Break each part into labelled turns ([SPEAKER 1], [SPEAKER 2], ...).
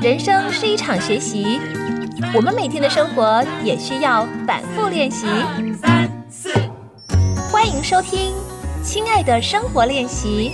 [SPEAKER 1] 人生是一场学习，我们每天的生活也需要反复练习。
[SPEAKER 2] 三四，
[SPEAKER 1] 欢迎收听《亲爱的生活练习》。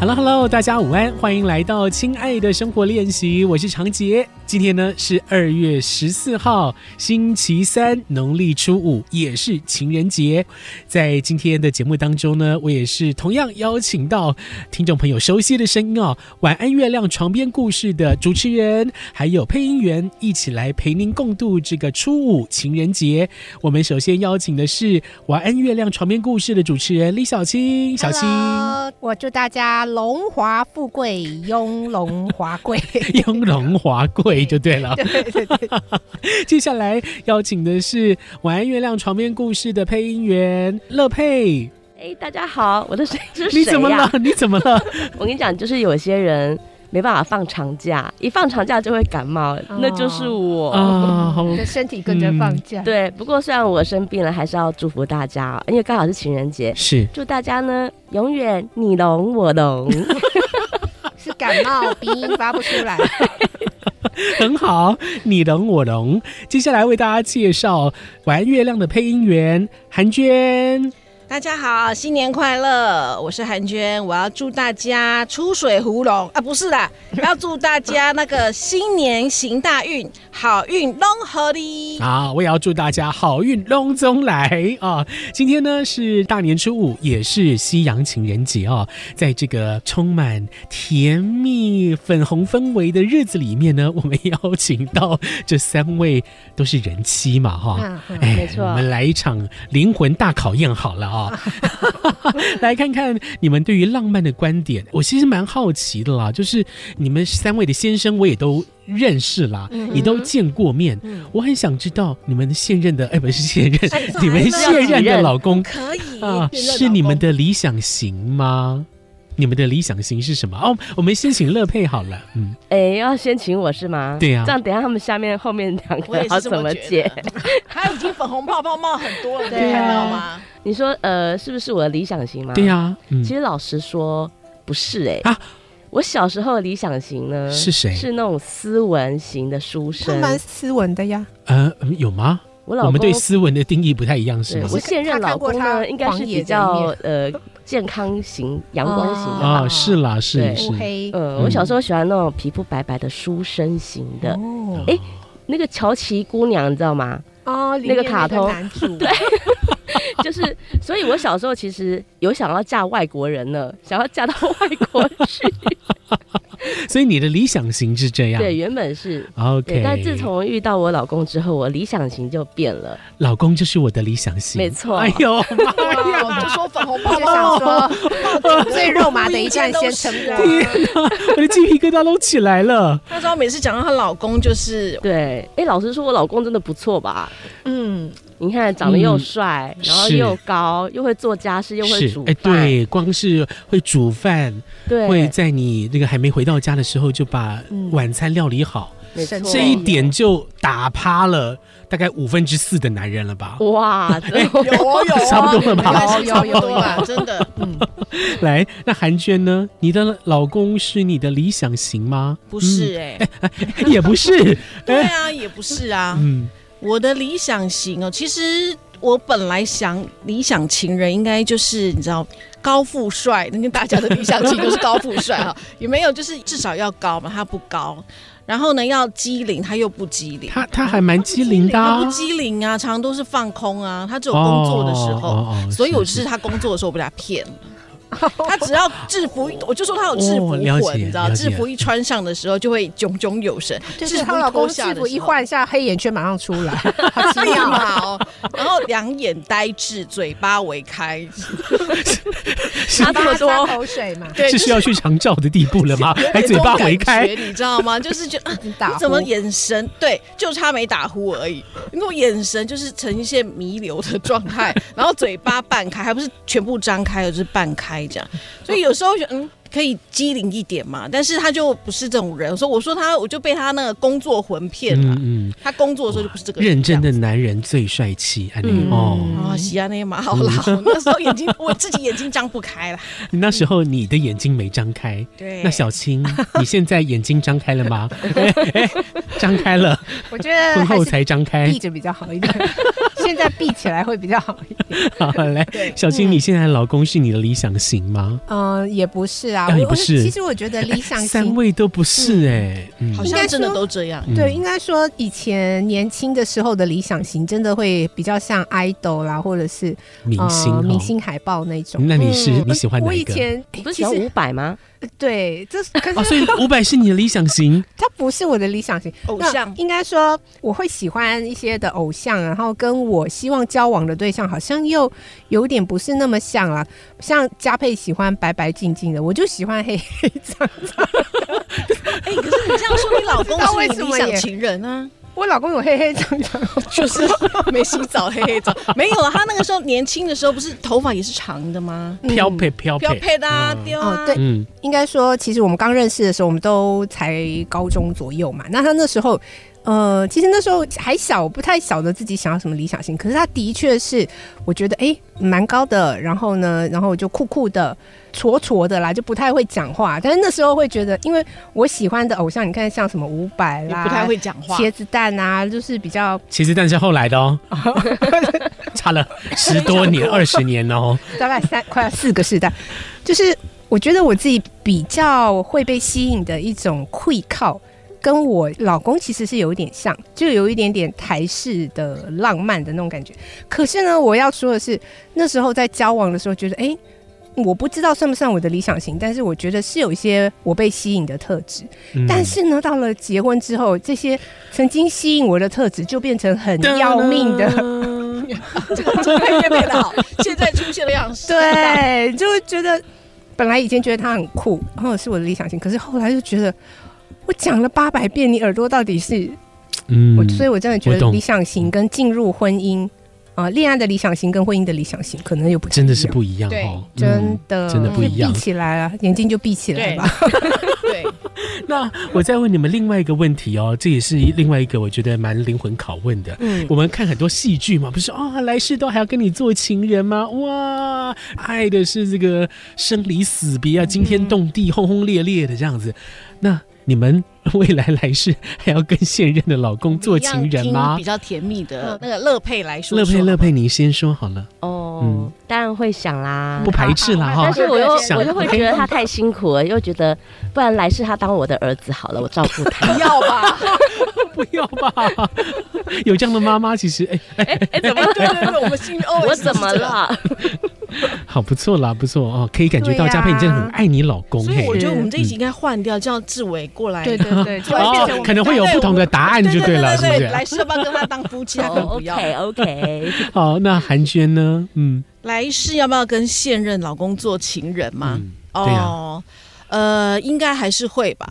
[SPEAKER 3] Hello Hello，大家午安，欢迎来到亲爱的生活练习，我是常杰。今天呢是二月十四号，星期三，农历初五，也是情人节。在今天的节目当中呢，我也是同样邀请到听众朋友熟悉的声音哦，晚安月亮床边故事的主持人，还有配音员，一起来陪您共度这个初五情人节。我们首先邀请的是晚安月亮床边故事的主持人李小青，小青。
[SPEAKER 4] Hello，我祝大家荣华富贵，雍容华贵。
[SPEAKER 3] 雍容华贵就对 了。 接下来邀请的是《晚安月亮床边故事》的配音员乐佩，
[SPEAKER 5] 哎，大家好，我的声音是谁
[SPEAKER 3] 你
[SPEAKER 5] 呀、
[SPEAKER 3] 怎么了？ 你怎么了？
[SPEAKER 5] 我跟你讲，就是有些人没办法放长假，一放长假就会感冒，那就是
[SPEAKER 3] 哦
[SPEAKER 5] 我。
[SPEAKER 3] 啊，好
[SPEAKER 4] 你的身体跟着放假，
[SPEAKER 5] 对，不过虽然我生病了，还是要祝福大家哦，因为刚好是情人节，
[SPEAKER 3] 是
[SPEAKER 5] 祝大家呢永远你龙我龙。
[SPEAKER 4] 是感冒，鼻音发不出来。
[SPEAKER 3] 很好，你懂我懂。接下来为大家介绍《晚安月亮》的配音员韩娟。
[SPEAKER 6] 大家好，新年快乐！我是韩娟，我要祝大家出水芙蓉啊，不是啦， 要祝大家那个新年行大运，好运隆合哩！
[SPEAKER 3] 啊，我也要祝大家好运隆中来啊！今天呢是大年初五，也是西洋情人节哦。在这个充满甜蜜粉红氛围的日子里面呢，我们邀请到这三位都是人妻嘛哈、
[SPEAKER 4] 嗯嗯
[SPEAKER 3] 哎
[SPEAKER 5] 没错
[SPEAKER 3] 我们来一场灵魂大考验好了啊、来看看你们对于浪漫的观点。我其实蛮好奇的啦，就是你们三位的先生，我也都认识啦，也都见过面。我很想知道你们现任的，哎，不是现任，你们现任的老公
[SPEAKER 6] 可以，
[SPEAKER 3] 啊，是你们的理想型吗？你们的理想型是什么？哦，我们先请乐佩好了。嗯，
[SPEAKER 5] 哎，要先请我是吗？
[SPEAKER 3] 对呀
[SPEAKER 5] 这样等一下他们下面后面两
[SPEAKER 6] 我
[SPEAKER 5] 个要
[SPEAKER 6] 也是这
[SPEAKER 5] 啊怎
[SPEAKER 6] 么
[SPEAKER 5] 么
[SPEAKER 6] 觉
[SPEAKER 5] 解？
[SPEAKER 6] 得。他已经粉红泡泡冒很多了，你
[SPEAKER 4] 对啊
[SPEAKER 6] 看到吗？
[SPEAKER 5] 你说呃，是不是我的理想型吗？
[SPEAKER 3] 对呀、嗯
[SPEAKER 5] 其，实老实说，不是哎、
[SPEAKER 3] 啊
[SPEAKER 5] 我小时候的理想型呢
[SPEAKER 3] 是谁
[SPEAKER 5] 是那种斯文型的书
[SPEAKER 4] 他
[SPEAKER 5] 生。
[SPEAKER 4] 蛮斯文的呀，
[SPEAKER 3] 呃，嗯有吗？
[SPEAKER 5] 我老公
[SPEAKER 3] 我们对斯文的定义不太一样，是
[SPEAKER 5] 对
[SPEAKER 3] 吗
[SPEAKER 5] 我？现任老公
[SPEAKER 4] 他看过他
[SPEAKER 5] 呢，应该是比
[SPEAKER 4] 狂野
[SPEAKER 5] 较
[SPEAKER 4] 的
[SPEAKER 5] 呃健康型、阳光型的。
[SPEAKER 3] 啊，是啦，是
[SPEAKER 5] 对
[SPEAKER 3] 是
[SPEAKER 4] 乌，黑。
[SPEAKER 5] 呃，
[SPEAKER 3] 嗯
[SPEAKER 5] 我小时候喜欢那种皮肤白白的书生型的，
[SPEAKER 4] 哦
[SPEAKER 5] 哎那个乔琪姑娘，你知道吗？
[SPEAKER 4] 哦，里面
[SPEAKER 5] 那个卡通
[SPEAKER 4] 男主，
[SPEAKER 5] 就是，所以我小时候其实有想要嫁外国人呢，想要嫁到外国 去。
[SPEAKER 3] 所以你的理想型是这样。
[SPEAKER 5] 对，原本是对
[SPEAKER 3] OK，，
[SPEAKER 5] 但自从遇到我老公之后，我理想型就变了。
[SPEAKER 3] 老公就是我的理想型，
[SPEAKER 5] 没错
[SPEAKER 3] 哎呦
[SPEAKER 6] 哎
[SPEAKER 3] 妈
[SPEAKER 6] 呀，
[SPEAKER 3] 呀！
[SPEAKER 6] 我就说粉红
[SPEAKER 4] 哦我
[SPEAKER 6] 泡
[SPEAKER 4] 就
[SPEAKER 6] 泡
[SPEAKER 4] 想说最肉麻的一战先成功。
[SPEAKER 6] 哦
[SPEAKER 3] 啊我的鸡皮疙瘩都起来了。
[SPEAKER 6] 啊那时候每次讲到她老公， 就是
[SPEAKER 5] 对，哎，老实说，我老公真的不错吧？
[SPEAKER 4] 嗯，
[SPEAKER 5] 你看，长得又帅，
[SPEAKER 3] 嗯
[SPEAKER 5] 然后
[SPEAKER 3] 是
[SPEAKER 5] 又高，又会做家事，又会
[SPEAKER 3] 是
[SPEAKER 5] 煮，
[SPEAKER 3] 哎，
[SPEAKER 5] 饭，
[SPEAKER 3] 对，光是会煮饭，
[SPEAKER 5] 对
[SPEAKER 3] 会在你那个还没回到家的时候就把
[SPEAKER 6] 嗯
[SPEAKER 3] 晚餐料理好，
[SPEAKER 5] 没错
[SPEAKER 3] 这一点就打趴了大概五分之四的男人了吧？
[SPEAKER 6] 哦
[SPEAKER 5] 哇，真的
[SPEAKER 6] 有哦有哦，
[SPEAKER 3] 差不多了吧
[SPEAKER 6] 应该是差不
[SPEAKER 3] 哦
[SPEAKER 4] 有有
[SPEAKER 6] 多
[SPEAKER 4] 有
[SPEAKER 6] 啦，真的。
[SPEAKER 3] 来，那韩娟呢？你的老公是你的理想型吗？
[SPEAKER 6] 不是哎、
[SPEAKER 3] 嗯， 也不是。 哎
[SPEAKER 6] 对啊，也不是啊。
[SPEAKER 3] 嗯，
[SPEAKER 6] 我的理想型哦，其实我本来想理想情人应该就是你知道高富帅，那跟大家的理想型都是高富帅 哈，有没有？就是至少要高嘛，他不高，然后呢要机灵，他又不机灵。
[SPEAKER 3] 他他还蛮机灵的
[SPEAKER 6] 他
[SPEAKER 3] 啊
[SPEAKER 6] 不。机灵啊，常常都是放空啊。他只有工作的时候，
[SPEAKER 3] 哦哦哦
[SPEAKER 6] 所以我
[SPEAKER 3] 是
[SPEAKER 6] 就是他工作的时候被他骗 了。他只要制服，我就说他有制服
[SPEAKER 3] 哦
[SPEAKER 6] 魂，
[SPEAKER 3] 了解
[SPEAKER 6] 你知道，
[SPEAKER 3] 了解
[SPEAKER 6] 制服一穿上的时候就会炯炯有神。
[SPEAKER 4] 就是
[SPEAKER 6] 制服
[SPEAKER 4] 她老公
[SPEAKER 6] 脱下
[SPEAKER 4] 制
[SPEAKER 6] 的
[SPEAKER 4] 服一
[SPEAKER 6] 时候
[SPEAKER 4] 换下，黑眼圈马上出来，好奇
[SPEAKER 6] 立
[SPEAKER 4] 妙啊！
[SPEAKER 6] 马哦，然后两眼呆滞，嘴巴微开，
[SPEAKER 5] 差这么
[SPEAKER 4] 擦
[SPEAKER 5] 多，
[SPEAKER 4] 口水嘛，
[SPEAKER 6] 对，
[SPEAKER 3] 这是要去长照的地步了吗？还嘴巴回开
[SPEAKER 6] 有点这种感觉，你知道吗？就是觉得、啊、你
[SPEAKER 4] 打呼
[SPEAKER 6] 怎么眼神对，就差没打呼而已，那种眼神就是呈现弥留的状态，然后嘴巴半开，还不是全部张开，而是半开这样，所以有时候觉得嗯，可以机灵一点嘛，但是他就不是这种人，所以我说他，我就被他那个工作魂骗了。
[SPEAKER 3] 嗯嗯，
[SPEAKER 6] 他工作的时候就不是这个
[SPEAKER 3] 认真
[SPEAKER 6] 的
[SPEAKER 3] 的男人最帅气，安妮
[SPEAKER 5] 嗯
[SPEAKER 3] 哦。
[SPEAKER 6] 啊，喜安那马好啦，我那时候眼睛我自己眼睛张不开了。
[SPEAKER 3] 你那时候你的眼睛没张开，
[SPEAKER 6] 对，
[SPEAKER 3] 那小青，你现在眼睛张开了吗？哎哎张开了，
[SPEAKER 4] 我觉得
[SPEAKER 3] 婚
[SPEAKER 4] 呃还
[SPEAKER 3] 后
[SPEAKER 4] 是
[SPEAKER 3] 才张开
[SPEAKER 4] 闭。着比较好一点，现在闭起来会比较好一点。
[SPEAKER 3] 好来，
[SPEAKER 6] 对
[SPEAKER 3] 小青，你现在的老公是你的理想型吗？
[SPEAKER 4] 嗯，也不是啊，
[SPEAKER 3] 啊也
[SPEAKER 4] 我
[SPEAKER 3] 不
[SPEAKER 4] 我
[SPEAKER 3] 是
[SPEAKER 4] 其实我觉得理想
[SPEAKER 3] 三
[SPEAKER 4] 型
[SPEAKER 3] 位都不是哎，嗯
[SPEAKER 6] 好
[SPEAKER 4] 应该
[SPEAKER 6] 像
[SPEAKER 4] 说
[SPEAKER 6] 真的都这样。
[SPEAKER 4] 对，
[SPEAKER 3] 嗯
[SPEAKER 4] 应该说以前年轻的时候的理想型，真的会比较像 idol 啦，或者是
[SPEAKER 3] 明星哦
[SPEAKER 4] 呃、明。星海报那种。
[SPEAKER 3] 那你是
[SPEAKER 6] 嗯
[SPEAKER 3] 你喜欢
[SPEAKER 4] 我
[SPEAKER 3] 哪一
[SPEAKER 4] 以
[SPEAKER 3] 个？
[SPEAKER 4] 前
[SPEAKER 5] 你
[SPEAKER 4] 哎
[SPEAKER 5] 不是
[SPEAKER 4] 其
[SPEAKER 5] 喜欢
[SPEAKER 4] 实
[SPEAKER 5] 伍佰吗？
[SPEAKER 4] 对，这 是可
[SPEAKER 3] 哦，
[SPEAKER 4] 是
[SPEAKER 3] 所以伍佰是你的理想型，
[SPEAKER 4] 他不是我的理想型。
[SPEAKER 6] 偶
[SPEAKER 4] 那
[SPEAKER 6] 像
[SPEAKER 4] 应该说我会喜欢一些的偶像，然后跟我希望交往的对象好像又有点不是那么像啦。像佳佩喜欢白白净净的，我就喜欢黑黑脏脏。
[SPEAKER 6] 哎，可是你这样说，你 老公
[SPEAKER 4] 不知道为
[SPEAKER 6] 是你
[SPEAKER 4] 什
[SPEAKER 6] 理
[SPEAKER 4] 么
[SPEAKER 6] 想
[SPEAKER 4] 耶
[SPEAKER 6] 情人啊？
[SPEAKER 4] 我老公有黑黑脏 脏，
[SPEAKER 6] 就是 没洗澡，黑黑澡。没有啊，他那个时候年轻的时候，不是头发也是长的吗？
[SPEAKER 4] 嗯
[SPEAKER 3] 飘配飘
[SPEAKER 6] 不要
[SPEAKER 3] 配，
[SPEAKER 6] 配的啊，
[SPEAKER 3] 嗯
[SPEAKER 6] 丢
[SPEAKER 4] 哦
[SPEAKER 6] 啊。
[SPEAKER 4] 对
[SPEAKER 3] 嗯，
[SPEAKER 4] 应该说，其实我们刚认识的时候，我们都才高中左右嘛。那他那时候，呃，其实那时候还小，不太晓得自己想要什么理想型。可是他的确是，我觉得诶蛮高的。然后呢，然后就酷酷的、挫挫的啦，就不太会讲话。但是那时候会觉得，因为我喜欢的偶像，你看像什么伍佰
[SPEAKER 6] 也
[SPEAKER 4] 啦，
[SPEAKER 6] 不太会讲话。
[SPEAKER 4] 茄子蛋啊，就是比较
[SPEAKER 3] 其实但是后来的 哦，差了十多年、二十年哦，
[SPEAKER 4] 大概三快要四个世代，就是我觉得我自己比较会被吸引的一种会靠，跟我老公其实是有一点像，就有一点点台式的浪漫的那种感觉。可是呢，我要说的是，那时候在交往的时候，觉得诶，我不知道算不算我的理想型，但是我觉得是有一些我被吸引的特质。
[SPEAKER 3] 嗯
[SPEAKER 4] 但是呢，到了结婚之后，这些曾经吸引我的特质就变成很要命的。
[SPEAKER 6] 嗯这个这个也配的好，现在出现了样式。
[SPEAKER 4] 对，就会觉得本来以前觉得他很酷，然后是我的理想型，可是后来就觉得我讲了八百遍，你耳朵到底是、
[SPEAKER 3] 嗯
[SPEAKER 4] 我，所以我真的觉
[SPEAKER 3] 我
[SPEAKER 4] 得
[SPEAKER 3] 懂
[SPEAKER 4] 理想型跟进入婚姻啊、恋爱的理想型跟婚姻的理想型可能又不太
[SPEAKER 3] 真的是
[SPEAKER 4] 一样
[SPEAKER 3] 不一样
[SPEAKER 6] 对
[SPEAKER 3] 哦，嗯
[SPEAKER 4] 真的、
[SPEAKER 3] 真的不一样
[SPEAKER 4] 闭。起来了，眼睛就闭起 来
[SPEAKER 6] 对
[SPEAKER 4] 吧。
[SPEAKER 6] 对，
[SPEAKER 3] 那我再问你们另外一个问题哦，这也是另外一个我觉得蛮灵魂拷问的。
[SPEAKER 5] 嗯，
[SPEAKER 3] 我们看很多戏剧嘛，不是啊、来世都还要跟你做情人吗？哇，爱的是这个生离死别啊，惊天动地、轰轰烈烈的这样子。那你们未来来世还要跟现任的老公做情人
[SPEAKER 6] 一样听
[SPEAKER 3] 吗
[SPEAKER 6] 比？较甜蜜的那个乐佩来说
[SPEAKER 3] 乐
[SPEAKER 6] 说，
[SPEAKER 3] 佩，乐佩，你先说好了，嗯
[SPEAKER 5] 哦，当然会想啦
[SPEAKER 3] 不。排斥啦
[SPEAKER 4] 好
[SPEAKER 3] 哈
[SPEAKER 5] 但。是我又
[SPEAKER 3] 想
[SPEAKER 5] 我就会觉得他太辛苦了，又觉得不然来世他当我的儿子好了，我照顾他。
[SPEAKER 6] 不要吧？
[SPEAKER 3] 不要吧， 有这样的妈妈，其实哎、
[SPEAKER 5] 哎，怎么
[SPEAKER 6] 对对 对，我们心里哦，
[SPEAKER 5] 我怎么？了？
[SPEAKER 3] 好不错啦，不错哦，可以感觉到
[SPEAKER 4] 对呀
[SPEAKER 3] 佳佩你真的很爱你老公
[SPEAKER 6] 所以我
[SPEAKER 3] 嘿。
[SPEAKER 6] 觉得我们这一
[SPEAKER 3] 嗯
[SPEAKER 6] 集应该换掉，叫志伟过来。
[SPEAKER 4] 对对对，就会变成我
[SPEAKER 3] 哦，
[SPEAKER 4] 们
[SPEAKER 3] 可能会有不同的答案就
[SPEAKER 6] 对对
[SPEAKER 3] 了，是
[SPEAKER 6] 对
[SPEAKER 3] 不
[SPEAKER 6] 对，
[SPEAKER 3] 是？
[SPEAKER 6] 来世要不要跟他当夫妻？他啊可能不要。
[SPEAKER 5] 哦 OK OK，
[SPEAKER 3] 好，那韩娟呢？嗯，
[SPEAKER 6] 来世要不要跟现任老公做情人吗？
[SPEAKER 3] 嗯对呀
[SPEAKER 6] 哦，呃，应该还是会吧。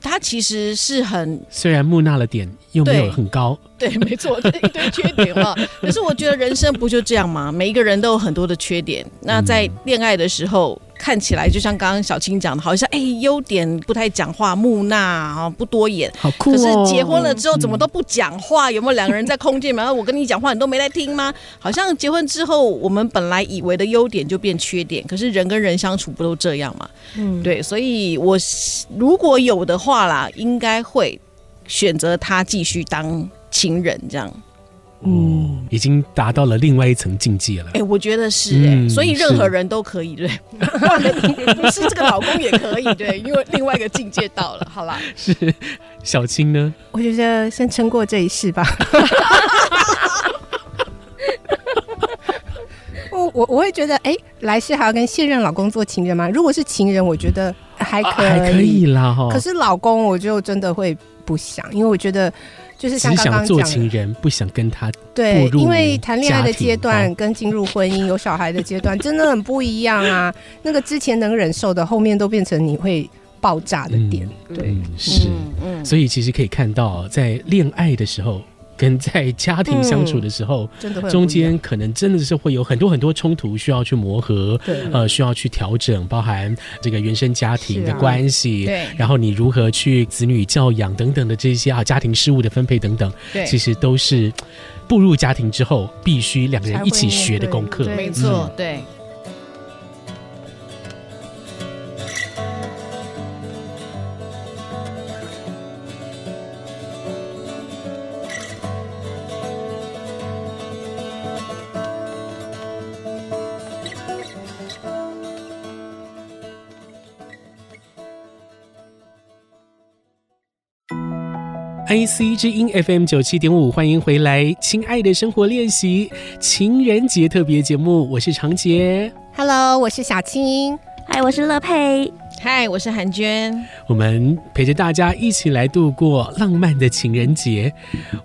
[SPEAKER 6] 他其实是很
[SPEAKER 3] 虽然木讷了点，又没有
[SPEAKER 6] 对
[SPEAKER 3] 很高，
[SPEAKER 6] 对，没错，这一堆缺点 嘛。可是我觉得人生不就这样吗？每一个人都有很多的缺点。那在恋爱的时候，看起来就像刚刚小青讲的，好像哎优点不太讲话，木讷啊，不多言。
[SPEAKER 3] 好酷
[SPEAKER 6] 可是
[SPEAKER 3] 哦！
[SPEAKER 6] 结婚了之后怎么都不讲话？有没有两个人在空间里面？啊我跟你讲话，你都没来听吗？ 好像结婚之后，我们本来以为的优点就变缺点。可是人跟人相处不都这样吗？
[SPEAKER 5] 嗯，
[SPEAKER 6] 对，所以我是如果有的话啦，应该会选择他继续当情人这样。
[SPEAKER 3] 嗯，已经达到了另外一层境界了
[SPEAKER 6] 哎、。我觉得是哎、
[SPEAKER 3] 嗯
[SPEAKER 6] 所以
[SPEAKER 3] 是
[SPEAKER 6] 任何人都可以对，不是这个老公也可以对，因为另外一个境界到了，好啦，
[SPEAKER 3] 是小青呢？
[SPEAKER 4] 我觉得先撑过这一世吧。 我我我会觉得，哎、来世还要跟现任老公做情人吗？如果是情人，我觉得还
[SPEAKER 3] 啊
[SPEAKER 4] 可以，
[SPEAKER 3] 还可以哦啦哈。
[SPEAKER 4] 可是老公，我就真的会不想，因为我觉得就是像
[SPEAKER 3] 只
[SPEAKER 4] 刚
[SPEAKER 3] 想
[SPEAKER 4] 刚
[SPEAKER 3] 做
[SPEAKER 4] 讲
[SPEAKER 3] 情
[SPEAKER 4] 的，
[SPEAKER 3] 人，不想跟他。
[SPEAKER 4] 对
[SPEAKER 3] 步，入
[SPEAKER 4] 因为谈恋爱的
[SPEAKER 3] 家庭
[SPEAKER 4] 阶段
[SPEAKER 3] 哦
[SPEAKER 4] 跟进入婚姻、有小孩的阶段真的很不一样啊。那个之前能忍受的，后面都变成你会爆炸的点。对，
[SPEAKER 3] 嗯，是。
[SPEAKER 6] 嗯，
[SPEAKER 3] 所以其实可以看到，在恋爱的时候，跟在家庭相处的时候，
[SPEAKER 4] 真嗯的会很
[SPEAKER 3] 中
[SPEAKER 4] 不一样
[SPEAKER 3] 间可能真的是会有很多很多冲突需要去磨合，
[SPEAKER 4] 对
[SPEAKER 3] 呃，需要去调整，包含这个原生家庭
[SPEAKER 4] 是
[SPEAKER 3] 的
[SPEAKER 4] 啊
[SPEAKER 3] 关系，
[SPEAKER 6] 对
[SPEAKER 3] 然后你如何去子女教养等等的这些啊，家庭事务的分配等等，
[SPEAKER 6] 对，
[SPEAKER 3] 其实都是嘖步入家庭之后必须两个人一起学的功课
[SPEAKER 4] 才。会面对
[SPEAKER 6] 没错，对。
[SPEAKER 3] IC 之音 FM 九七点五，欢迎回来，亲爱的生活练习情人节特别节目，我是常杰。
[SPEAKER 4] Hello，我是小青。
[SPEAKER 1] 嗨，我是乐佩。
[SPEAKER 6] 嗨，我是韩娟。
[SPEAKER 3] 我们陪着大家一起来度过浪漫的情人节。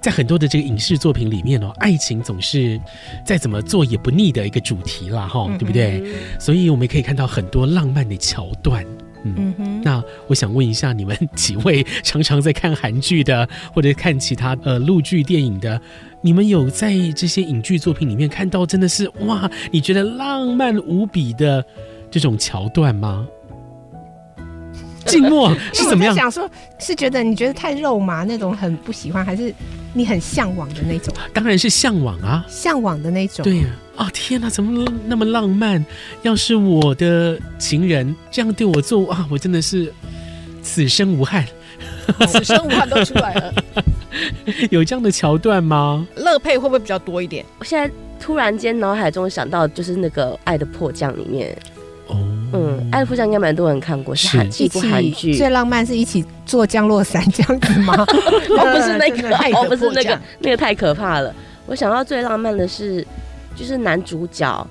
[SPEAKER 3] 在很多的这个影视作品里面哦，爱情总是再怎么做也不腻的一个主题啦，哈，
[SPEAKER 4] 嗯
[SPEAKER 3] 对不对？所以我们可以看到很多浪漫的桥段。
[SPEAKER 4] 嗯哼，
[SPEAKER 3] 那我想问一下，你们 几位常常在看韩剧的，或者看其他呃陆剧电影的，你们有在这些影剧作品里面看到真的是哇，你觉得浪漫无比的这种桥段吗？静默是怎么
[SPEAKER 4] 我
[SPEAKER 3] 样
[SPEAKER 4] 在？想说，是觉得你觉得太肉麻那种很不喜欢，还是你很向往的那种？
[SPEAKER 3] 当然是向往啊，
[SPEAKER 4] 向往的那种。
[SPEAKER 3] 对啊，天哪，怎么那么浪漫？要是我的情人这样对我做啊，我真的是此生无憾。
[SPEAKER 6] 此生无憾都出来了。
[SPEAKER 3] 有这样的桥段吗？
[SPEAKER 6] 乐佩会不会比较多一点？
[SPEAKER 5] 我现在突然间脑海中想到，就是那个《爱的迫降》里面，
[SPEAKER 3] 哦，
[SPEAKER 5] 嗯，爱的迫降》应该蛮多人看过，
[SPEAKER 3] 是
[SPEAKER 5] 是韩
[SPEAKER 4] 一
[SPEAKER 5] 一部韩
[SPEAKER 4] 起
[SPEAKER 5] 剧，
[SPEAKER 4] 最浪漫是一起做降落伞这样子吗？呃
[SPEAKER 5] 哦，不是那
[SPEAKER 6] 真
[SPEAKER 5] 个
[SPEAKER 6] 的爱，的
[SPEAKER 5] 哦，不是
[SPEAKER 6] 迫
[SPEAKER 5] 那个
[SPEAKER 6] 降，
[SPEAKER 5] 那个太可怕了。我想到最浪漫的是，就是男主角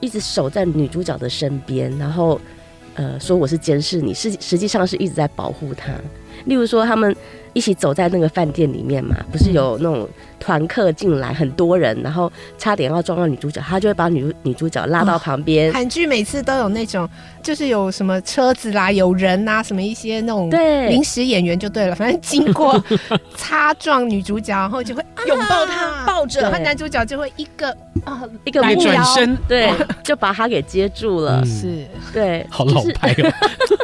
[SPEAKER 5] 一直守在女主角的身边，然后呃说我是监视你，实实际上是一直在保护她。例如说他们一起走在那个饭店里面嘛，不
[SPEAKER 3] 嗯
[SPEAKER 5] 是有那种团客进来很多人，然后差点要撞到女主角，他就会把女女主角拉到
[SPEAKER 3] 哦
[SPEAKER 5] 旁边，
[SPEAKER 4] 韩剧每次都有那种，就是有什么车子啦，有人啦，什么一些那种
[SPEAKER 5] 对
[SPEAKER 4] 临时演员就对了，反正经过擦撞女主角，然后就会啊
[SPEAKER 6] 拥抱
[SPEAKER 3] 啊
[SPEAKER 6] 他，抱
[SPEAKER 4] 然
[SPEAKER 6] 着
[SPEAKER 4] 后
[SPEAKER 5] 对
[SPEAKER 4] 男主角就会一个啊，
[SPEAKER 5] 一个
[SPEAKER 3] 爱
[SPEAKER 5] 目
[SPEAKER 3] 转身，
[SPEAKER 5] 对，就把他给接住了，
[SPEAKER 3] 嗯
[SPEAKER 4] 是
[SPEAKER 5] 对，
[SPEAKER 3] 好
[SPEAKER 5] 就
[SPEAKER 3] 老
[SPEAKER 5] 是
[SPEAKER 3] 派 哦。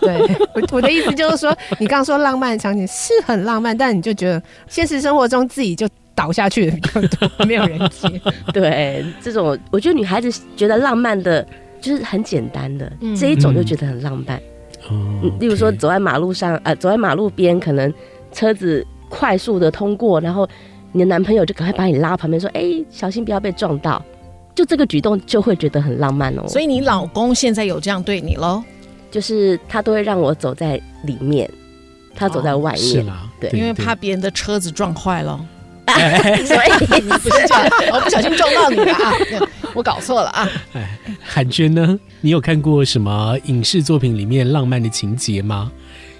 [SPEAKER 4] 对我我的意思就是说，你刚刚说浪漫的场景是很浪漫，但你就觉得现实生活中自己就倒下去 的比较多，没有人 接，
[SPEAKER 5] 对，这种我觉得女孩子觉得浪漫的，就是很简单的、
[SPEAKER 4] 嗯
[SPEAKER 5] 这一种就觉得很浪漫。嗯
[SPEAKER 3] 哦
[SPEAKER 5] 例如说
[SPEAKER 3] OK
[SPEAKER 5] 走在马路上，呃，走在马路边，可能车子快速的通过，然后你的男朋友就赶快把你拉到旁边说：“哎、小心不要被撞到。”就这个举动就会觉得很浪漫哦。
[SPEAKER 6] 所
[SPEAKER 5] 以
[SPEAKER 6] 以你老公现在有这样对你喽？
[SPEAKER 5] 就是他都会让我走在里面，他走在外
[SPEAKER 3] 是
[SPEAKER 4] 哦
[SPEAKER 5] 面，
[SPEAKER 3] 啦，
[SPEAKER 5] 对
[SPEAKER 6] 因 为怕别人的车子撞坏了，
[SPEAKER 5] 所以
[SPEAKER 6] 不是这样，我不小心撞到你了啊！我搞错了啊！
[SPEAKER 3] 哎，韩娟呢？你有看过什么影视作品里面浪漫的情节吗？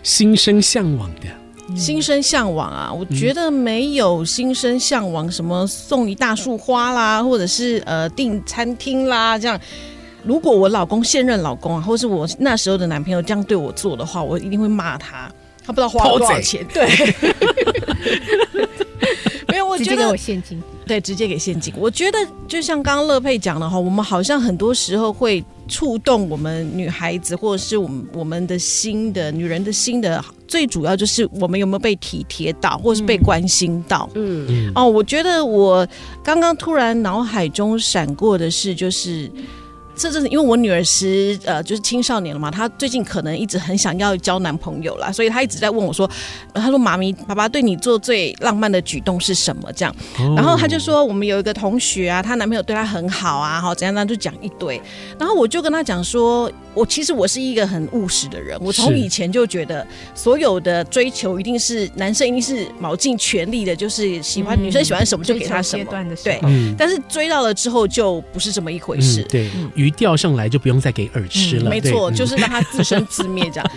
[SPEAKER 3] 心生向往的，
[SPEAKER 6] 心生向往啊，我觉得没有心生向往，什么送一大束花啦，或者是呃订餐厅啦这样。如果我老公现任老公啊，或是我那时候的男朋友这样对我做的话，我一定会骂他。他不知道花了多少钱，对。 没有，我
[SPEAKER 4] 直
[SPEAKER 6] 觉
[SPEAKER 4] 接给
[SPEAKER 6] 得
[SPEAKER 4] 我现金。
[SPEAKER 6] 对，直接给现金。我觉得就像刚刚乐佩讲的哈，我们好像很多时候会触动我们女孩子，或者是我们我们的心的女人的心的，最主要就是我们有没有被体贴到，或是被关心到。
[SPEAKER 5] 嗯，
[SPEAKER 3] 嗯，
[SPEAKER 6] 哦，我觉得我刚刚突然脑海中闪过的是，就是这阵子因为我女儿是呃就是青少年了嘛，她最近可能一直很想要交男朋友啦，所以她一直在问我说，呃她说妈咪，爸爸对你做最浪漫的举动是什么？这样。
[SPEAKER 3] 哦
[SPEAKER 6] 然后她就，说，我们有一个同学啊，她男朋友对她很好啊，好怎样怎样，就讲一堆。然后我就跟她讲说，我其实我是一个很务实的人，我从
[SPEAKER 3] 是
[SPEAKER 6] 以前就觉得所有的追求一定是男生一定是卯尽全力的，就是喜欢、
[SPEAKER 4] 嗯
[SPEAKER 6] 女生喜欢什么就给她什
[SPEAKER 4] 追求阶
[SPEAKER 6] 么。
[SPEAKER 4] 段的时
[SPEAKER 6] 对
[SPEAKER 4] 候，
[SPEAKER 3] 嗯，
[SPEAKER 6] 但是追到了之后就不是这么一回事。
[SPEAKER 3] 嗯，对，鱼钓上来就不用再给
[SPEAKER 5] 嗯
[SPEAKER 3] 饵吃了，
[SPEAKER 6] 没错，
[SPEAKER 3] 嗯对
[SPEAKER 6] 就是让它自生自灭 这样。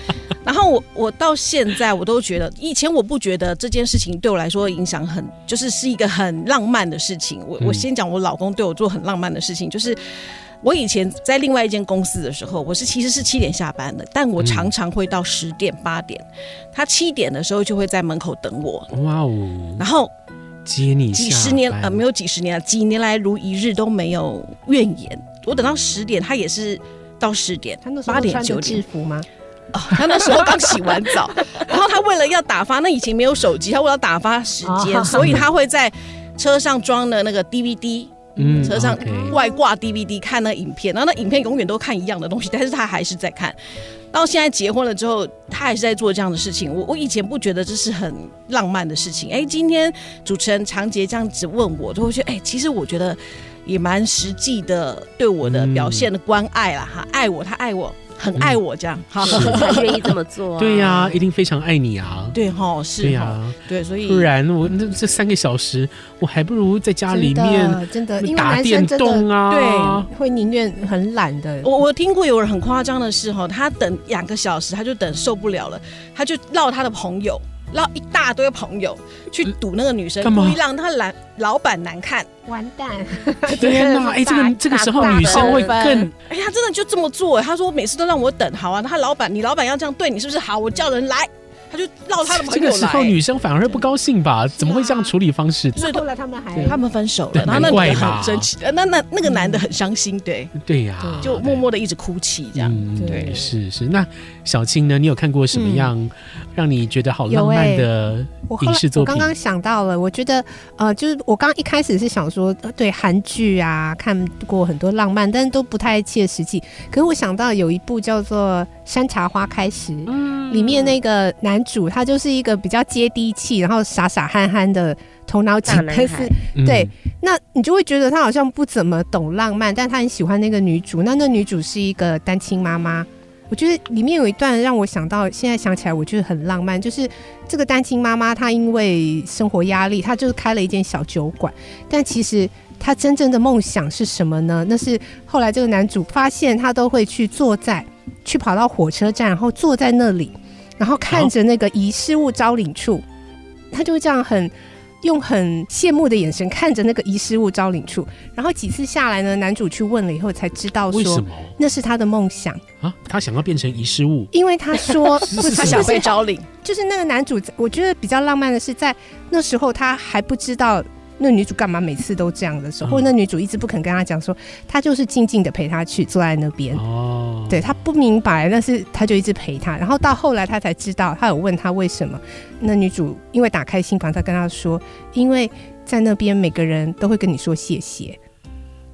[SPEAKER 6] 然后我我到现在我都觉得，以前我不觉得这件事情对我来说影响很，就是是一个很浪漫的事情。我我
[SPEAKER 3] 嗯
[SPEAKER 6] 先讲我老公对我做很浪漫的事情，就是。我以前在另外一间公司的时候，我是其实是七点下班的，但我
[SPEAKER 3] 嗯
[SPEAKER 6] 常常会到十点八点，他七点的时候就会在门口等我，
[SPEAKER 3] 嗯哇哦，
[SPEAKER 6] 然后
[SPEAKER 3] 接你
[SPEAKER 6] 几
[SPEAKER 3] 下
[SPEAKER 6] 十年
[SPEAKER 3] 班
[SPEAKER 6] 呃没有几十年了，几年来如一日都没有怨言。我等到十点，他也是到十点
[SPEAKER 4] 他那，时
[SPEAKER 6] 八
[SPEAKER 4] 候
[SPEAKER 6] 点
[SPEAKER 4] 穿
[SPEAKER 6] 九
[SPEAKER 4] 着
[SPEAKER 6] 点
[SPEAKER 4] 制，服吗？
[SPEAKER 6] 哦他那时候刚洗完澡，然后他为了要打发，那以前没有手机，他为了打发时间，
[SPEAKER 1] 哦
[SPEAKER 6] 所以他会在车上装的那个 DVD，
[SPEAKER 3] 嗯
[SPEAKER 6] 车上
[SPEAKER 3] OK
[SPEAKER 6] 外挂 DVD 看那影片，然后那影片永远都看一样的东西，但是他还是在看。到现在结婚了之后，他还是在做这样的事情。我我以前不觉得这是很浪漫的事情。哎，今天主持人常杰这样子问我，就会觉得哎，其实我觉得也蛮实际的，对我的
[SPEAKER 3] 嗯
[SPEAKER 6] 表现的关爱啦，哈，爱我，他爱我，很爱我这样。好，
[SPEAKER 5] 是才愿意这么做、啊。
[SPEAKER 3] 对呀、一定非常爱你啊。
[SPEAKER 6] 对哈，
[SPEAKER 3] 对
[SPEAKER 6] 是
[SPEAKER 3] 呀、
[SPEAKER 6] 哈，对，所以
[SPEAKER 3] 不然我那这三个小时，我还不如在家里
[SPEAKER 4] 真的
[SPEAKER 3] 面
[SPEAKER 4] 真的，因为
[SPEAKER 3] 打
[SPEAKER 4] 男
[SPEAKER 3] 电
[SPEAKER 4] 生真的
[SPEAKER 3] 动啊。
[SPEAKER 6] 对
[SPEAKER 4] 会宁愿很懒的。
[SPEAKER 6] 我我听过有人很夸张的是哈，他等两个小时他就等受不了了，他就绕他的朋友，绕一大堆朋友去堵那个女生，
[SPEAKER 3] 干嘛
[SPEAKER 6] 故意让他老老板难看。
[SPEAKER 4] 完蛋，
[SPEAKER 3] 天哪！哎，这个这个时候女生会更
[SPEAKER 6] 哎，他真的就这么做，他说每次都让我等，好啊，他老板你老板要这样对你是不是？好，我叫人来，他就绕哦他的朋
[SPEAKER 3] 这
[SPEAKER 6] 友
[SPEAKER 3] 个
[SPEAKER 6] 来。啊
[SPEAKER 3] 时候女生反而会不高兴吧？怎么会这样处理方式？
[SPEAKER 6] 所 以
[SPEAKER 4] 后来他们还
[SPEAKER 3] 对
[SPEAKER 6] 他们分手
[SPEAKER 3] 对
[SPEAKER 6] 了，然后那女
[SPEAKER 3] 难
[SPEAKER 6] 的
[SPEAKER 3] 怪嘛
[SPEAKER 6] 很生气，呃那那那个男的很伤心，对，
[SPEAKER 3] 对呀、
[SPEAKER 6] 就默默的一直哭泣这样。
[SPEAKER 3] 嗯，
[SPEAKER 4] 对
[SPEAKER 3] 对，是是。那小青呢？你有看过什么
[SPEAKER 6] 嗯
[SPEAKER 3] 样让你觉得好浪漫
[SPEAKER 6] 欸
[SPEAKER 3] 的
[SPEAKER 4] 我后
[SPEAKER 3] 影
[SPEAKER 4] 来
[SPEAKER 3] 视作
[SPEAKER 4] 我
[SPEAKER 3] 品？
[SPEAKER 4] 刚刚想到了，我觉得呃，就是我刚一开始是想说，呃对韩剧啊看过很多浪漫，但是都不太切实际。可是我想到有一部叫做《山茶花开时》，
[SPEAKER 5] 嗯
[SPEAKER 4] 里面那个男主他就是一个比较接地气，然后傻傻憨憨的头脑
[SPEAKER 5] 大
[SPEAKER 4] 简
[SPEAKER 5] 男
[SPEAKER 4] 单是
[SPEAKER 5] 孩，
[SPEAKER 3] 嗯
[SPEAKER 4] 对那你就会觉得他好像不怎么懂浪漫，但他很喜欢那个女主。那那女主是一个单亲妈妈，我觉得里面有一段让我想到，现在想起来我觉得很浪漫，就是这个单亲妈妈她因为生活压力，她就是开了一间小酒馆，但其实。她真正的梦想是什么呢？那是后来这个男主发现，他都会去坐在，去跑到火车站，然后坐在那里，然后看着那个遗失物招领处，他就会这样很用很羡慕的眼神看着那个遗失物招领处。然后几次下来呢，男主去问了以后才知道
[SPEAKER 3] 为什
[SPEAKER 4] 说
[SPEAKER 3] 么
[SPEAKER 4] 那是他的梦想，
[SPEAKER 3] 啊？他想要变成遗失物，
[SPEAKER 4] 因为他说不
[SPEAKER 3] 是
[SPEAKER 4] 是
[SPEAKER 6] 他
[SPEAKER 3] 什
[SPEAKER 6] 想
[SPEAKER 3] 么
[SPEAKER 6] 被招领，
[SPEAKER 4] 就是那个男主，我觉得比较浪漫的是，在那时候他还不知道那女主干嘛每次都这样的时候，
[SPEAKER 3] 嗯
[SPEAKER 4] 或者那女主一直不肯跟他讲说，他就是静静的陪他去坐在那边。
[SPEAKER 3] 哦，
[SPEAKER 4] 对他不明白，但是他就一直陪他，然后到后来他才知道，他有问他为什么。那女主因为打开心房，她跟他说，因为在那边每个人都会跟你说谢谢，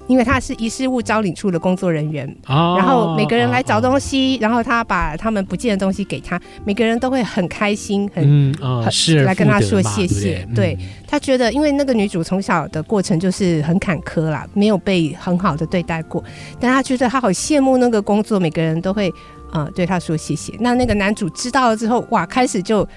[SPEAKER 4] 因为他是遗失物招领处的工作人员，
[SPEAKER 3] 哦，
[SPEAKER 4] 然后每个人来找东
[SPEAKER 3] 西，
[SPEAKER 4] 西，然后他把他们不见的东西给他，每个人都会很开心，很、
[SPEAKER 3] 嗯啊，
[SPEAKER 4] 很
[SPEAKER 3] 是
[SPEAKER 4] 来跟他
[SPEAKER 3] 复得
[SPEAKER 4] 说
[SPEAKER 3] 嘛
[SPEAKER 4] 谢
[SPEAKER 3] 对
[SPEAKER 4] 谢
[SPEAKER 3] 不
[SPEAKER 4] 对他觉得，因为那个女主从小的过程就是很坎坷啦，没有被很好的对待过，但他觉得他好羡慕那个工作，每个人都会呃对他说谢谢。那那个男主知道了之后，哇，开始就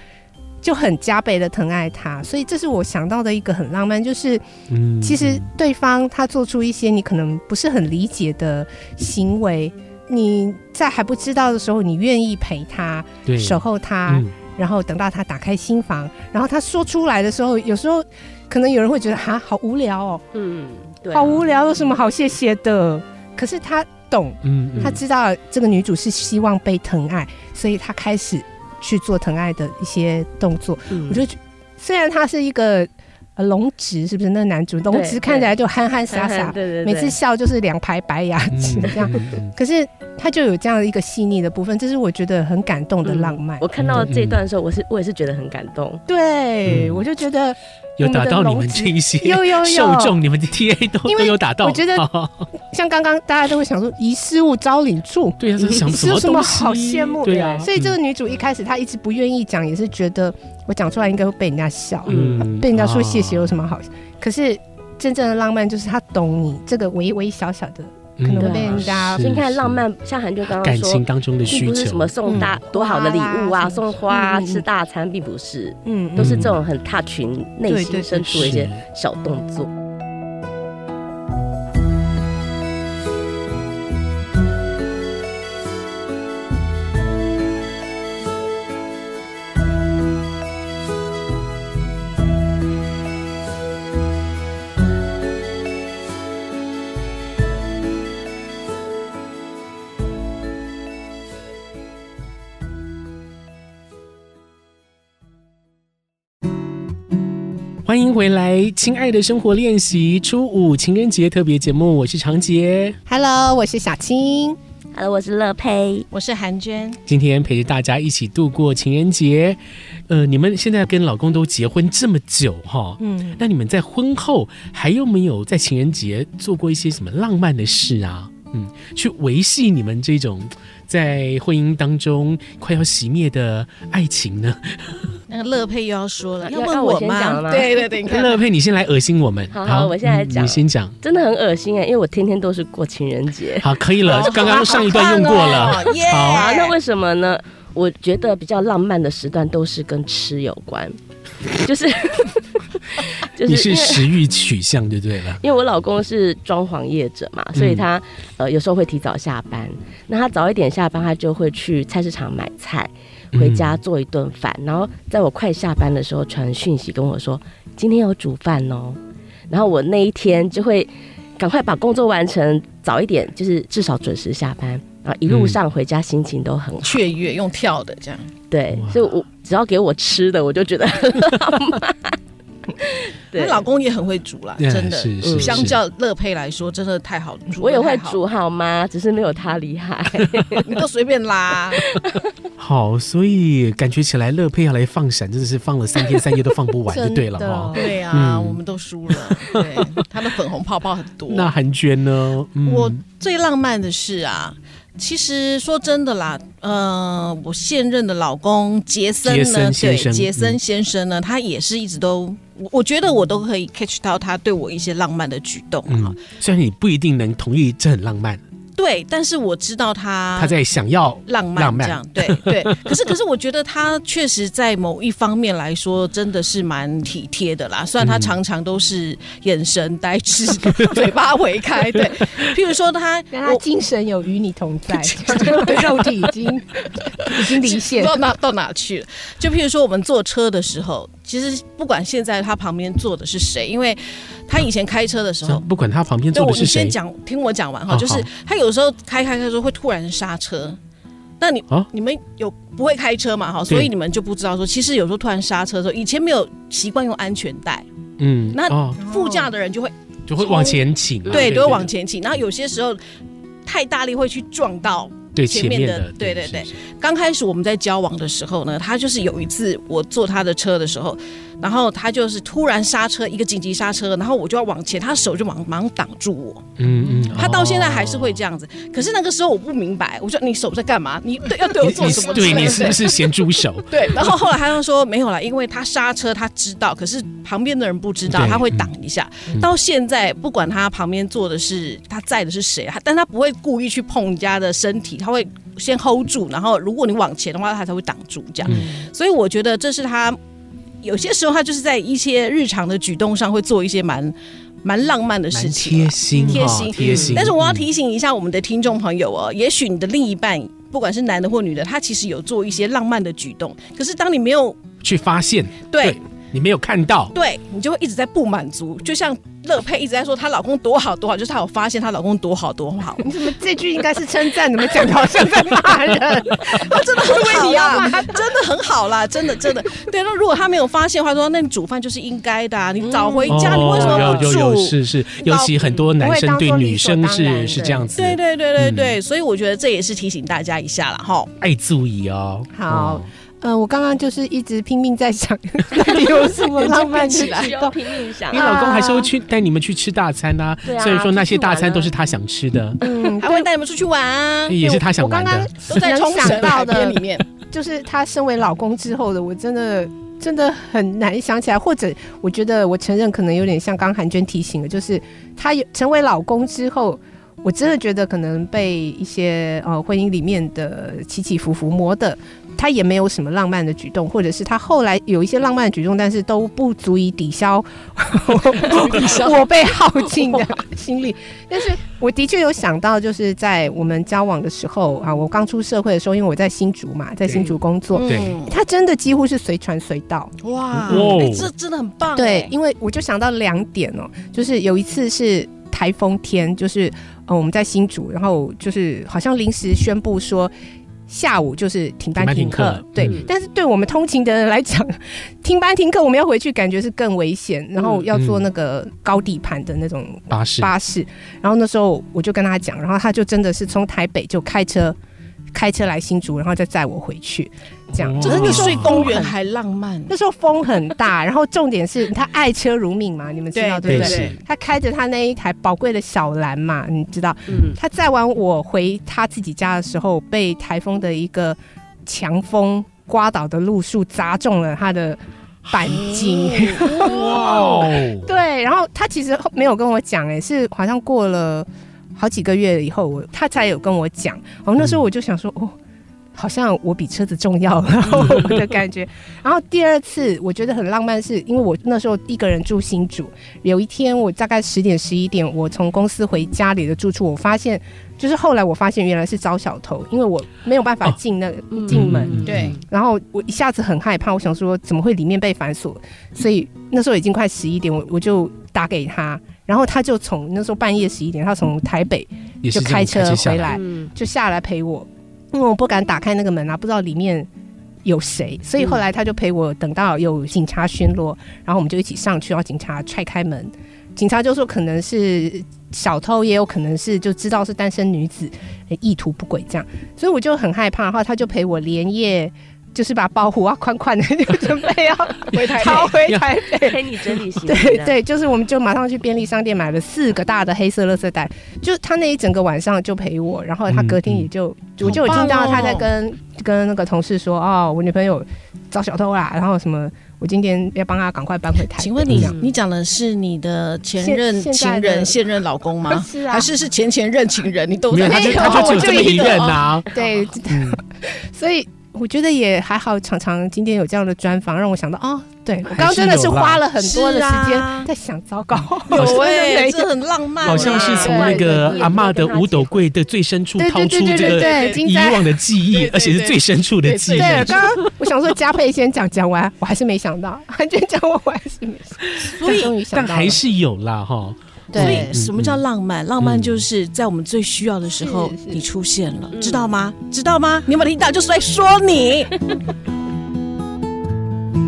[SPEAKER 4] 就很加倍的疼爱他，所以这是我想到的一个很浪漫，就是
[SPEAKER 3] 嗯，嗯
[SPEAKER 4] 其实对方他做出一些你可能不是很理解的行为，你在还不知道的时候，你愿意陪他，
[SPEAKER 3] 对
[SPEAKER 4] 守候他。
[SPEAKER 3] 嗯
[SPEAKER 4] 然后等到他打开心房，然后他说出来的时候，有时候可能有人会觉得哈，好无聊哦，
[SPEAKER 5] 嗯，对、
[SPEAKER 4] 好无聊，有什么好谢谢的？可是他懂，
[SPEAKER 3] 嗯，嗯
[SPEAKER 4] 他知道这个女主是希望被疼爱，所以他开始去做疼爱的一些动作。
[SPEAKER 5] 嗯
[SPEAKER 4] 我就觉虽然他是一个呃龙直，是不是？那个男主龙直
[SPEAKER 5] 对
[SPEAKER 4] 看起来就憨憨傻
[SPEAKER 5] 憨憨
[SPEAKER 4] 傻，
[SPEAKER 5] 对对对，
[SPEAKER 4] 每次笑就是两排白牙齿这样。
[SPEAKER 3] 嗯嗯
[SPEAKER 4] 可是他就有这样一个细腻的部分，这是我觉得很感动的
[SPEAKER 5] 嗯
[SPEAKER 4] 浪漫。
[SPEAKER 5] 我看到这一段的时候，我是我也是觉得很感动。
[SPEAKER 4] 对，
[SPEAKER 3] 嗯
[SPEAKER 4] 我就觉得
[SPEAKER 3] 有打到你
[SPEAKER 4] 我
[SPEAKER 3] 们
[SPEAKER 4] 们的
[SPEAKER 3] 这一些
[SPEAKER 4] 有有有
[SPEAKER 3] 受众，你们的 TA 都
[SPEAKER 4] 因
[SPEAKER 3] 都
[SPEAKER 4] 为
[SPEAKER 3] 有打到。
[SPEAKER 4] 我觉得
[SPEAKER 3] 哦
[SPEAKER 4] 像刚刚大家都会想说遗失物招领处，
[SPEAKER 3] 对啊，这想什
[SPEAKER 4] 是有
[SPEAKER 3] 么
[SPEAKER 4] 什么
[SPEAKER 3] 东西
[SPEAKER 4] 好羡慕的
[SPEAKER 3] 对啊，
[SPEAKER 4] 所以这个
[SPEAKER 3] 嗯
[SPEAKER 4] 女主一开始她一直不愿意讲，也是觉得我讲出来应该会被人家笑，
[SPEAKER 3] 嗯
[SPEAKER 4] 被人家说谢谢有什
[SPEAKER 3] 么
[SPEAKER 4] 么好？可是真正的浪漫就是她懂你这个微微小小的，
[SPEAKER 3] 嗯
[SPEAKER 4] 可能
[SPEAKER 5] 会被
[SPEAKER 4] 人家
[SPEAKER 5] 所以你看，浪漫像韩娟刚刚
[SPEAKER 3] 感
[SPEAKER 5] 说
[SPEAKER 3] 情，当中的
[SPEAKER 5] 并
[SPEAKER 3] 需
[SPEAKER 5] 不是什
[SPEAKER 3] 求
[SPEAKER 5] 么，送大
[SPEAKER 4] 嗯
[SPEAKER 5] 多好的礼物
[SPEAKER 4] 花
[SPEAKER 5] 啊，
[SPEAKER 4] 啦
[SPEAKER 5] 送花啊，
[SPEAKER 4] 嗯嗯嗯
[SPEAKER 5] 吃大餐，并不是，
[SPEAKER 4] 嗯，
[SPEAKER 5] 都是
[SPEAKER 3] 嗯
[SPEAKER 5] 这种很踏群内
[SPEAKER 4] 对
[SPEAKER 5] 心
[SPEAKER 4] 对
[SPEAKER 5] 深处的一些小动作。
[SPEAKER 3] 欢迎回来，亲爱的生活练习初五情人节特别节目，我是常杰。
[SPEAKER 4] Hello，我是小青。
[SPEAKER 5] Hello，我是乐佩。
[SPEAKER 6] 我是韩娟，
[SPEAKER 3] 今天陪着大家一起度过情人节。呃，你们现在跟老公都结婚这么久哈，嗯，那你们在婚后还有没有在情人节做过一些什么浪漫的事啊？嗯，去维系你们这种在婚姻当中快要熄灭的爱情呢？
[SPEAKER 6] 那个乐佩又要说了，
[SPEAKER 5] 要
[SPEAKER 6] 问
[SPEAKER 5] 要
[SPEAKER 6] 我
[SPEAKER 5] 我先讲了吗
[SPEAKER 6] 吗？对对对，你看，
[SPEAKER 3] 乐佩，你先来恶心我们。
[SPEAKER 5] 好好我现在来
[SPEAKER 3] 嗯
[SPEAKER 5] 讲
[SPEAKER 3] 你先讲。
[SPEAKER 5] 真的很恶心哎、因为我天天都是过情人 节。
[SPEAKER 3] 好，可以 了，刚刚上一段用过了。
[SPEAKER 6] 哦，耶！
[SPEAKER 5] 啊，那为什么呢？我觉得比较浪漫的时段都是跟吃有关，就是 就
[SPEAKER 3] 你
[SPEAKER 5] 是
[SPEAKER 3] 是
[SPEAKER 5] 因为
[SPEAKER 3] 食欲取向就对了。
[SPEAKER 5] 因为我老公是装潢业者
[SPEAKER 6] 嗯
[SPEAKER 5] 嘛，所以他、呃有时候会提早下班。那他早一点下班，他就会去菜市场买菜，
[SPEAKER 6] 嗯
[SPEAKER 5] 回家做一顿饭，然后在我快下班的时候传讯息跟我说今天有煮饭哦。
[SPEAKER 6] 嗯
[SPEAKER 5] 然后我那一天就会赶快把工作完成，早一点就是至少准时下班。然后一
[SPEAKER 6] 嗯
[SPEAKER 5] 路上回家心情都很好，
[SPEAKER 6] 雀跃用跳的这样，
[SPEAKER 5] 对
[SPEAKER 3] 哇，
[SPEAKER 5] 所以我只要给我吃的，我就觉得很浪 漫。
[SPEAKER 6] 她
[SPEAKER 5] 对，
[SPEAKER 6] 老公也很会煮啦，
[SPEAKER 3] 嗯
[SPEAKER 6] 真的。
[SPEAKER 3] 是是
[SPEAKER 5] 嗯
[SPEAKER 3] 是
[SPEAKER 6] 相较乐佩来说，真的太好煮，
[SPEAKER 5] 我也会
[SPEAKER 6] 太好，
[SPEAKER 5] 煮好吗？只是没有他厉害。
[SPEAKER 6] 你都随便 拉。
[SPEAKER 3] 好，所以感觉起来乐佩要来放闪，真的是放了三天三夜都放 不完，就对了
[SPEAKER 4] 真的
[SPEAKER 3] 哈。
[SPEAKER 6] 对啊，
[SPEAKER 3] 嗯
[SPEAKER 6] 我们都输了。对，她的粉红泡泡很多。
[SPEAKER 3] 那韩娟呢？嗯
[SPEAKER 6] 我最浪漫的事啊，其实说真的啦，呃，我现任的老公杰森
[SPEAKER 3] 杰
[SPEAKER 6] 呢，
[SPEAKER 3] 森先生
[SPEAKER 6] 对，杰
[SPEAKER 3] 嗯
[SPEAKER 6] 森先生呢，他也是一直都，我我觉得我都可以 catch 到他对我一些浪漫的举动啊。
[SPEAKER 3] 嗯，虽然你不一定能同意，这很浪漫，
[SPEAKER 6] 对，但是我知道他
[SPEAKER 3] 他在想要
[SPEAKER 6] 浪
[SPEAKER 3] 浪漫
[SPEAKER 6] 漫这样，对对。 可是可是，我觉得他确实在某一方面来说，真的是蛮体贴的啦。虽然他
[SPEAKER 3] 嗯
[SPEAKER 6] 常常都是眼神呆滞， 嘴巴微 开，对。譬如说他，
[SPEAKER 4] 让他
[SPEAKER 6] 我
[SPEAKER 4] 精神有与你同 在，肉体已经 已经离线
[SPEAKER 6] 不知。道哪到哪去了。就譬如说，我们坐车的时候，其实不管现在他旁边坐的是谁，因为他以前开车的时候，
[SPEAKER 3] 不管他旁边
[SPEAKER 6] 对
[SPEAKER 3] 坐
[SPEAKER 6] 我
[SPEAKER 3] 的
[SPEAKER 6] 你
[SPEAKER 3] 是
[SPEAKER 6] 先
[SPEAKER 3] 谁，
[SPEAKER 6] 讲，听我讲完
[SPEAKER 3] 哦
[SPEAKER 6] 哈，就是
[SPEAKER 3] 好
[SPEAKER 6] 他有时候开开开的时候会突然刹车，那你、
[SPEAKER 3] 啊
[SPEAKER 6] 你们有不会开车嘛哈，
[SPEAKER 3] 对
[SPEAKER 6] 所以你们就不知道说，其实有时候突然刹车的时候，以前没有习惯用安全带，
[SPEAKER 3] 嗯，
[SPEAKER 6] 那
[SPEAKER 3] 哦
[SPEAKER 6] 副驾的人就会
[SPEAKER 3] 就会往前倾啊，
[SPEAKER 6] 对都会往
[SPEAKER 3] 对
[SPEAKER 6] 前倾，然后有些时候太大力会去撞到
[SPEAKER 3] 对
[SPEAKER 6] 前
[SPEAKER 3] 前
[SPEAKER 6] 面
[SPEAKER 3] 面
[SPEAKER 6] 的
[SPEAKER 3] 的，
[SPEAKER 6] 对对对
[SPEAKER 3] 是是
[SPEAKER 6] 刚开始我们在交往的时候呢，他就是有一次我坐他的车的时候，然后他就是突然刹车，一个紧急刹车，然后我就要往前，他手就忙忙挡住我。
[SPEAKER 3] 嗯嗯，
[SPEAKER 6] 他到现在还是会这
[SPEAKER 3] 样。
[SPEAKER 6] 样子，可是那个时候我不明白，我说你手在干嘛？你对要对我
[SPEAKER 3] 你
[SPEAKER 6] 做什
[SPEAKER 3] 你
[SPEAKER 6] 么？
[SPEAKER 3] 对
[SPEAKER 6] 之类
[SPEAKER 3] 你
[SPEAKER 6] 的
[SPEAKER 3] 是不是咸猪手？
[SPEAKER 6] 对，然后后来他就说没有啦，因为他刹车他知道，可是旁边的人不知道，
[SPEAKER 3] 对
[SPEAKER 6] 他会挡一下。
[SPEAKER 3] 嗯
[SPEAKER 6] 到现在不管他旁边坐的是他载的是谁，他但他不会故意去碰人家的身体，他会先 hold 住，然后如果你往前的话，他才会挡住这样。
[SPEAKER 3] 嗯
[SPEAKER 6] 所以我觉得这是他有些时候他就是在一些日常的举动上会做一些蛮蛮浪漫的 事
[SPEAKER 3] 蛮贴
[SPEAKER 6] 情啦。
[SPEAKER 3] 心哈，
[SPEAKER 6] 贴心
[SPEAKER 3] 贴心。
[SPEAKER 6] 但是我要
[SPEAKER 3] 嗯
[SPEAKER 6] 提醒一下我们的听众朋友哦，也许你的另一半，不管是男的或女的，他其实有做一些浪漫的举动，可是当你没有
[SPEAKER 3] 嗯去发现，
[SPEAKER 6] 对
[SPEAKER 3] 对你没有看到，
[SPEAKER 6] 对，你就会一直在不满足。就像乐佩一直在说她老公多好多好，就是她有发现她老公多好多 好，
[SPEAKER 4] 你怎么这句应该是称赞？怎么讲的好像在骂人？
[SPEAKER 6] 他真的很
[SPEAKER 4] 以为
[SPEAKER 6] 好
[SPEAKER 4] 你要
[SPEAKER 3] 啊
[SPEAKER 6] 啦，真的很好啦，真的真的。对，那如果他没有发现的话，说那你煮饭就是应该的、啊，你早回家、你为什么
[SPEAKER 3] 哦
[SPEAKER 6] 不
[SPEAKER 3] 有
[SPEAKER 6] 煮？
[SPEAKER 3] 有有是是，尤其很多男生对女生是是这样子，
[SPEAKER 6] 对对对对对，所以我觉得这也是提醒大家一下啦。哈。
[SPEAKER 3] 爱注意哦。
[SPEAKER 4] 好， 呃，我刚刚就是一直拼命在 想，到底 有什么浪漫的
[SPEAKER 5] 需
[SPEAKER 4] 举
[SPEAKER 5] 要
[SPEAKER 4] 动？
[SPEAKER 5] 拼命想啊
[SPEAKER 3] 嗯，因为老公还是会去带你们去吃大餐呐、
[SPEAKER 5] 对啊
[SPEAKER 3] 虽然说那些大餐都是他想吃的，
[SPEAKER 4] 嗯，
[SPEAKER 6] 还会带你们出去玩啊，
[SPEAKER 3] 哎也是他想玩
[SPEAKER 4] 我刚
[SPEAKER 3] 的
[SPEAKER 4] 刚。
[SPEAKER 6] 都在冲绳海边里面。
[SPEAKER 4] 就是他身为老公之后的，我真的真的很难想起来，或者我觉得我承认可能有点像刚韩娟提醒的，就是他有成为老公之后，我真的觉得可能被一些呃婚姻里面的起起伏伏磨的。他也没有什么浪漫的举动，或者是他后来有一些浪漫的举动，但是都不足以抵消 我被耗尽的心力。但是我的确有想到，就是在我们交往的时候啊，我刚出社会的时候，因为我在新竹嘛，在新竹工作，
[SPEAKER 3] 对
[SPEAKER 6] 嗯
[SPEAKER 4] 他真的几乎是随传随到。
[SPEAKER 6] 哇，
[SPEAKER 3] 哇
[SPEAKER 6] 哎这真的很棒哎。
[SPEAKER 4] 对，因为我就想到两点哦，就是有一次是台风天，就是呃我们在新竹，然后就是好像临时宣布说。下午就是停班
[SPEAKER 3] 停班
[SPEAKER 4] 停
[SPEAKER 3] 停课
[SPEAKER 4] 课，对。
[SPEAKER 3] 嗯
[SPEAKER 4] 但是对我们通勤的人来讲， 停班停课，我们要回去感觉是更危险，
[SPEAKER 3] 嗯
[SPEAKER 4] 然后要坐那个高底盘的那种
[SPEAKER 3] 巴士
[SPEAKER 4] 巴士。然后那时候我就跟他讲，然后他就真的是从台北就开车开车来新竹，然后再载我回去，这样。
[SPEAKER 3] 哇
[SPEAKER 4] 就是
[SPEAKER 6] 比
[SPEAKER 4] 那时候
[SPEAKER 6] 睡公
[SPEAKER 4] 风
[SPEAKER 6] 园
[SPEAKER 4] 很
[SPEAKER 6] 还浪漫。
[SPEAKER 4] 那时候风很大， 然后重点是他爱车如命嘛，你们知道对
[SPEAKER 3] 对
[SPEAKER 4] 不
[SPEAKER 6] 对
[SPEAKER 4] 对？
[SPEAKER 3] 是
[SPEAKER 4] 他开着他那一台宝贵的小蓝嘛，你知道，
[SPEAKER 5] 嗯，
[SPEAKER 4] 他载完我回他自己家的时候，被台风的一个强风刮倒的路树砸中了他的钣金。
[SPEAKER 3] 哇哦，
[SPEAKER 4] 对，然后他其实没有跟我讲，哎，是好像过了好几个月以后，我他才有跟我讲。然后那时候我就想说，哦，好像我比车子重要了 我的感觉。然后第二次我觉得很浪漫是，因为我那时候一个人住新竹，有一天我大概十点十一点，我从公司回家里的住处，我发现就是后来我发现原来是招小偷，因为我没有办法
[SPEAKER 3] 哦
[SPEAKER 4] 进那个、进门。
[SPEAKER 3] 嗯
[SPEAKER 6] 对，
[SPEAKER 4] 然后我一下子很害怕，我想说怎么会里面被反锁？所以那时候已经快十一点，我我就打给他，然后他就从那时候半夜十一点，他从台北
[SPEAKER 3] 也是
[SPEAKER 4] 就
[SPEAKER 3] 这样
[SPEAKER 4] 开车
[SPEAKER 3] 下
[SPEAKER 4] 回来，
[SPEAKER 5] 嗯
[SPEAKER 4] 就下来陪我，因为我不敢打开那个门啊，不知道里面有谁，所以后来他就陪我等到有警察巡逻，然后我们就一起上去，然后警察踹开门，警察就说可能是小偷，也有可能是就知道是单身女子，呃意图不轨这样，所以我就很害怕，然后他就陪我连夜。就是把包袱啊宽宽的就准备要
[SPEAKER 6] 回台
[SPEAKER 4] 逃回
[SPEAKER 3] 要
[SPEAKER 4] 台北，
[SPEAKER 5] 陪你整理行李，
[SPEAKER 4] 对，对，就是我们就马上去便利商店买了四个大的黑色垃圾袋，就是他那一整个晚上就陪我，然后他隔天也就、
[SPEAKER 6] 嗯
[SPEAKER 4] 我就有听到他在跟、跟那个同事说，哦，我女朋友遭小偷啦，然后什么，我今天要帮她赶快搬回台北。
[SPEAKER 6] 请问你
[SPEAKER 4] 这样
[SPEAKER 5] 嗯
[SPEAKER 6] 你讲的是你的前任
[SPEAKER 4] 现
[SPEAKER 6] 情
[SPEAKER 4] 现在
[SPEAKER 6] 人、
[SPEAKER 4] 的
[SPEAKER 6] 现任老公 吗？
[SPEAKER 4] 是啊
[SPEAKER 6] 还是是前前任情人？你都
[SPEAKER 3] 没有，他
[SPEAKER 6] 在
[SPEAKER 3] 就
[SPEAKER 4] 没有
[SPEAKER 3] 他就只有这么
[SPEAKER 4] 我就
[SPEAKER 3] 一
[SPEAKER 4] 一个
[SPEAKER 3] 任啊，
[SPEAKER 4] 对，
[SPEAKER 3] 嗯，
[SPEAKER 4] 所以我觉得也还好，常常今天有这样的专访，让我想到，哦，对我刚
[SPEAKER 3] 还
[SPEAKER 4] 刚
[SPEAKER 3] 是
[SPEAKER 4] 真的是
[SPEAKER 3] 有啦
[SPEAKER 4] 花了很多的
[SPEAKER 6] 是啊
[SPEAKER 4] 时间在想，糟糕，
[SPEAKER 6] 有
[SPEAKER 4] 真的
[SPEAKER 6] 哎，
[SPEAKER 4] 没
[SPEAKER 6] 这很浪漫啊，
[SPEAKER 3] 好像是从那个阿嬷的五斗柜的最深处
[SPEAKER 4] 对
[SPEAKER 3] 掏
[SPEAKER 4] 对
[SPEAKER 3] 出
[SPEAKER 4] 对对
[SPEAKER 3] 这
[SPEAKER 4] 对
[SPEAKER 3] 个
[SPEAKER 4] 对，今
[SPEAKER 3] 以
[SPEAKER 4] 在
[SPEAKER 3] 往的记忆，
[SPEAKER 6] 对对对
[SPEAKER 3] 而且是最深处的记忆。
[SPEAKER 4] 对，刚刚我想说嘉佩先讲，讲完我还是没想到， 韩娟讲完我还是没想到，所以终于想
[SPEAKER 3] 但
[SPEAKER 4] 到了
[SPEAKER 3] 还是有啦哈。
[SPEAKER 6] 所
[SPEAKER 3] 对
[SPEAKER 6] 以，什么叫浪漫？浪漫就是在我们最需要的时候，
[SPEAKER 4] 是是
[SPEAKER 6] 你出现了，
[SPEAKER 5] 嗯
[SPEAKER 6] 知道吗？知道吗？你有没有听到？就是在说你。
[SPEAKER 3] 嗯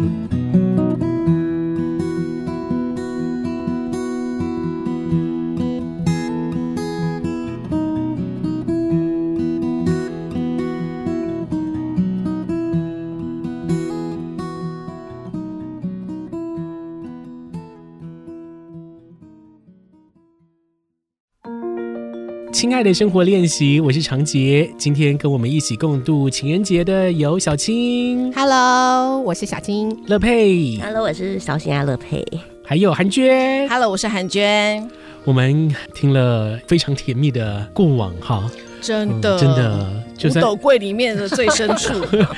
[SPEAKER 3] 亲爱的生活练习，我是常杰，今天跟我们一起共度情人节的有小青、
[SPEAKER 4] Hello，我是小金，
[SPEAKER 3] 乐佩，
[SPEAKER 5] Hello，我是小新阿乐佩，
[SPEAKER 3] 还有韩娟。
[SPEAKER 6] Hello，我是韩娟，
[SPEAKER 3] 我们听了非常甜蜜的过往哈，
[SPEAKER 6] 真
[SPEAKER 3] 嗯
[SPEAKER 6] 的、
[SPEAKER 3] 真。的，就
[SPEAKER 6] 五
[SPEAKER 3] 算
[SPEAKER 6] 斗柜里面的最深 处，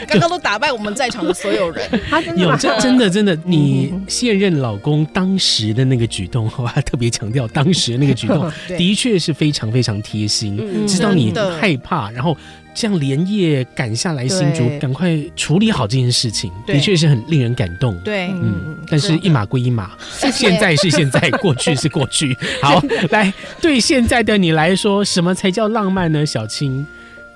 [SPEAKER 6] 刚刚都打败我们在场的所有人。，
[SPEAKER 4] 啊，真的
[SPEAKER 3] 有
[SPEAKER 4] 吗？
[SPEAKER 3] 这真的真的，你现任老公当时的那个举动，我还特别强调当时的那个举动
[SPEAKER 6] 对
[SPEAKER 3] 的确是非常非常贴心，
[SPEAKER 5] 嗯
[SPEAKER 3] 知道你
[SPEAKER 6] 真的
[SPEAKER 3] 害怕，然后这样连夜赶下来新竹，
[SPEAKER 4] 对
[SPEAKER 3] 赶快处理好这件事情，
[SPEAKER 6] 对
[SPEAKER 3] 的确是很令人感动。
[SPEAKER 6] 对，
[SPEAKER 3] 嗯，但是一码归一码，
[SPEAKER 4] 谢谢
[SPEAKER 3] 现在是现 在，过去是过去。好，来，对现在的你来说，什么才叫浪漫呢？小青，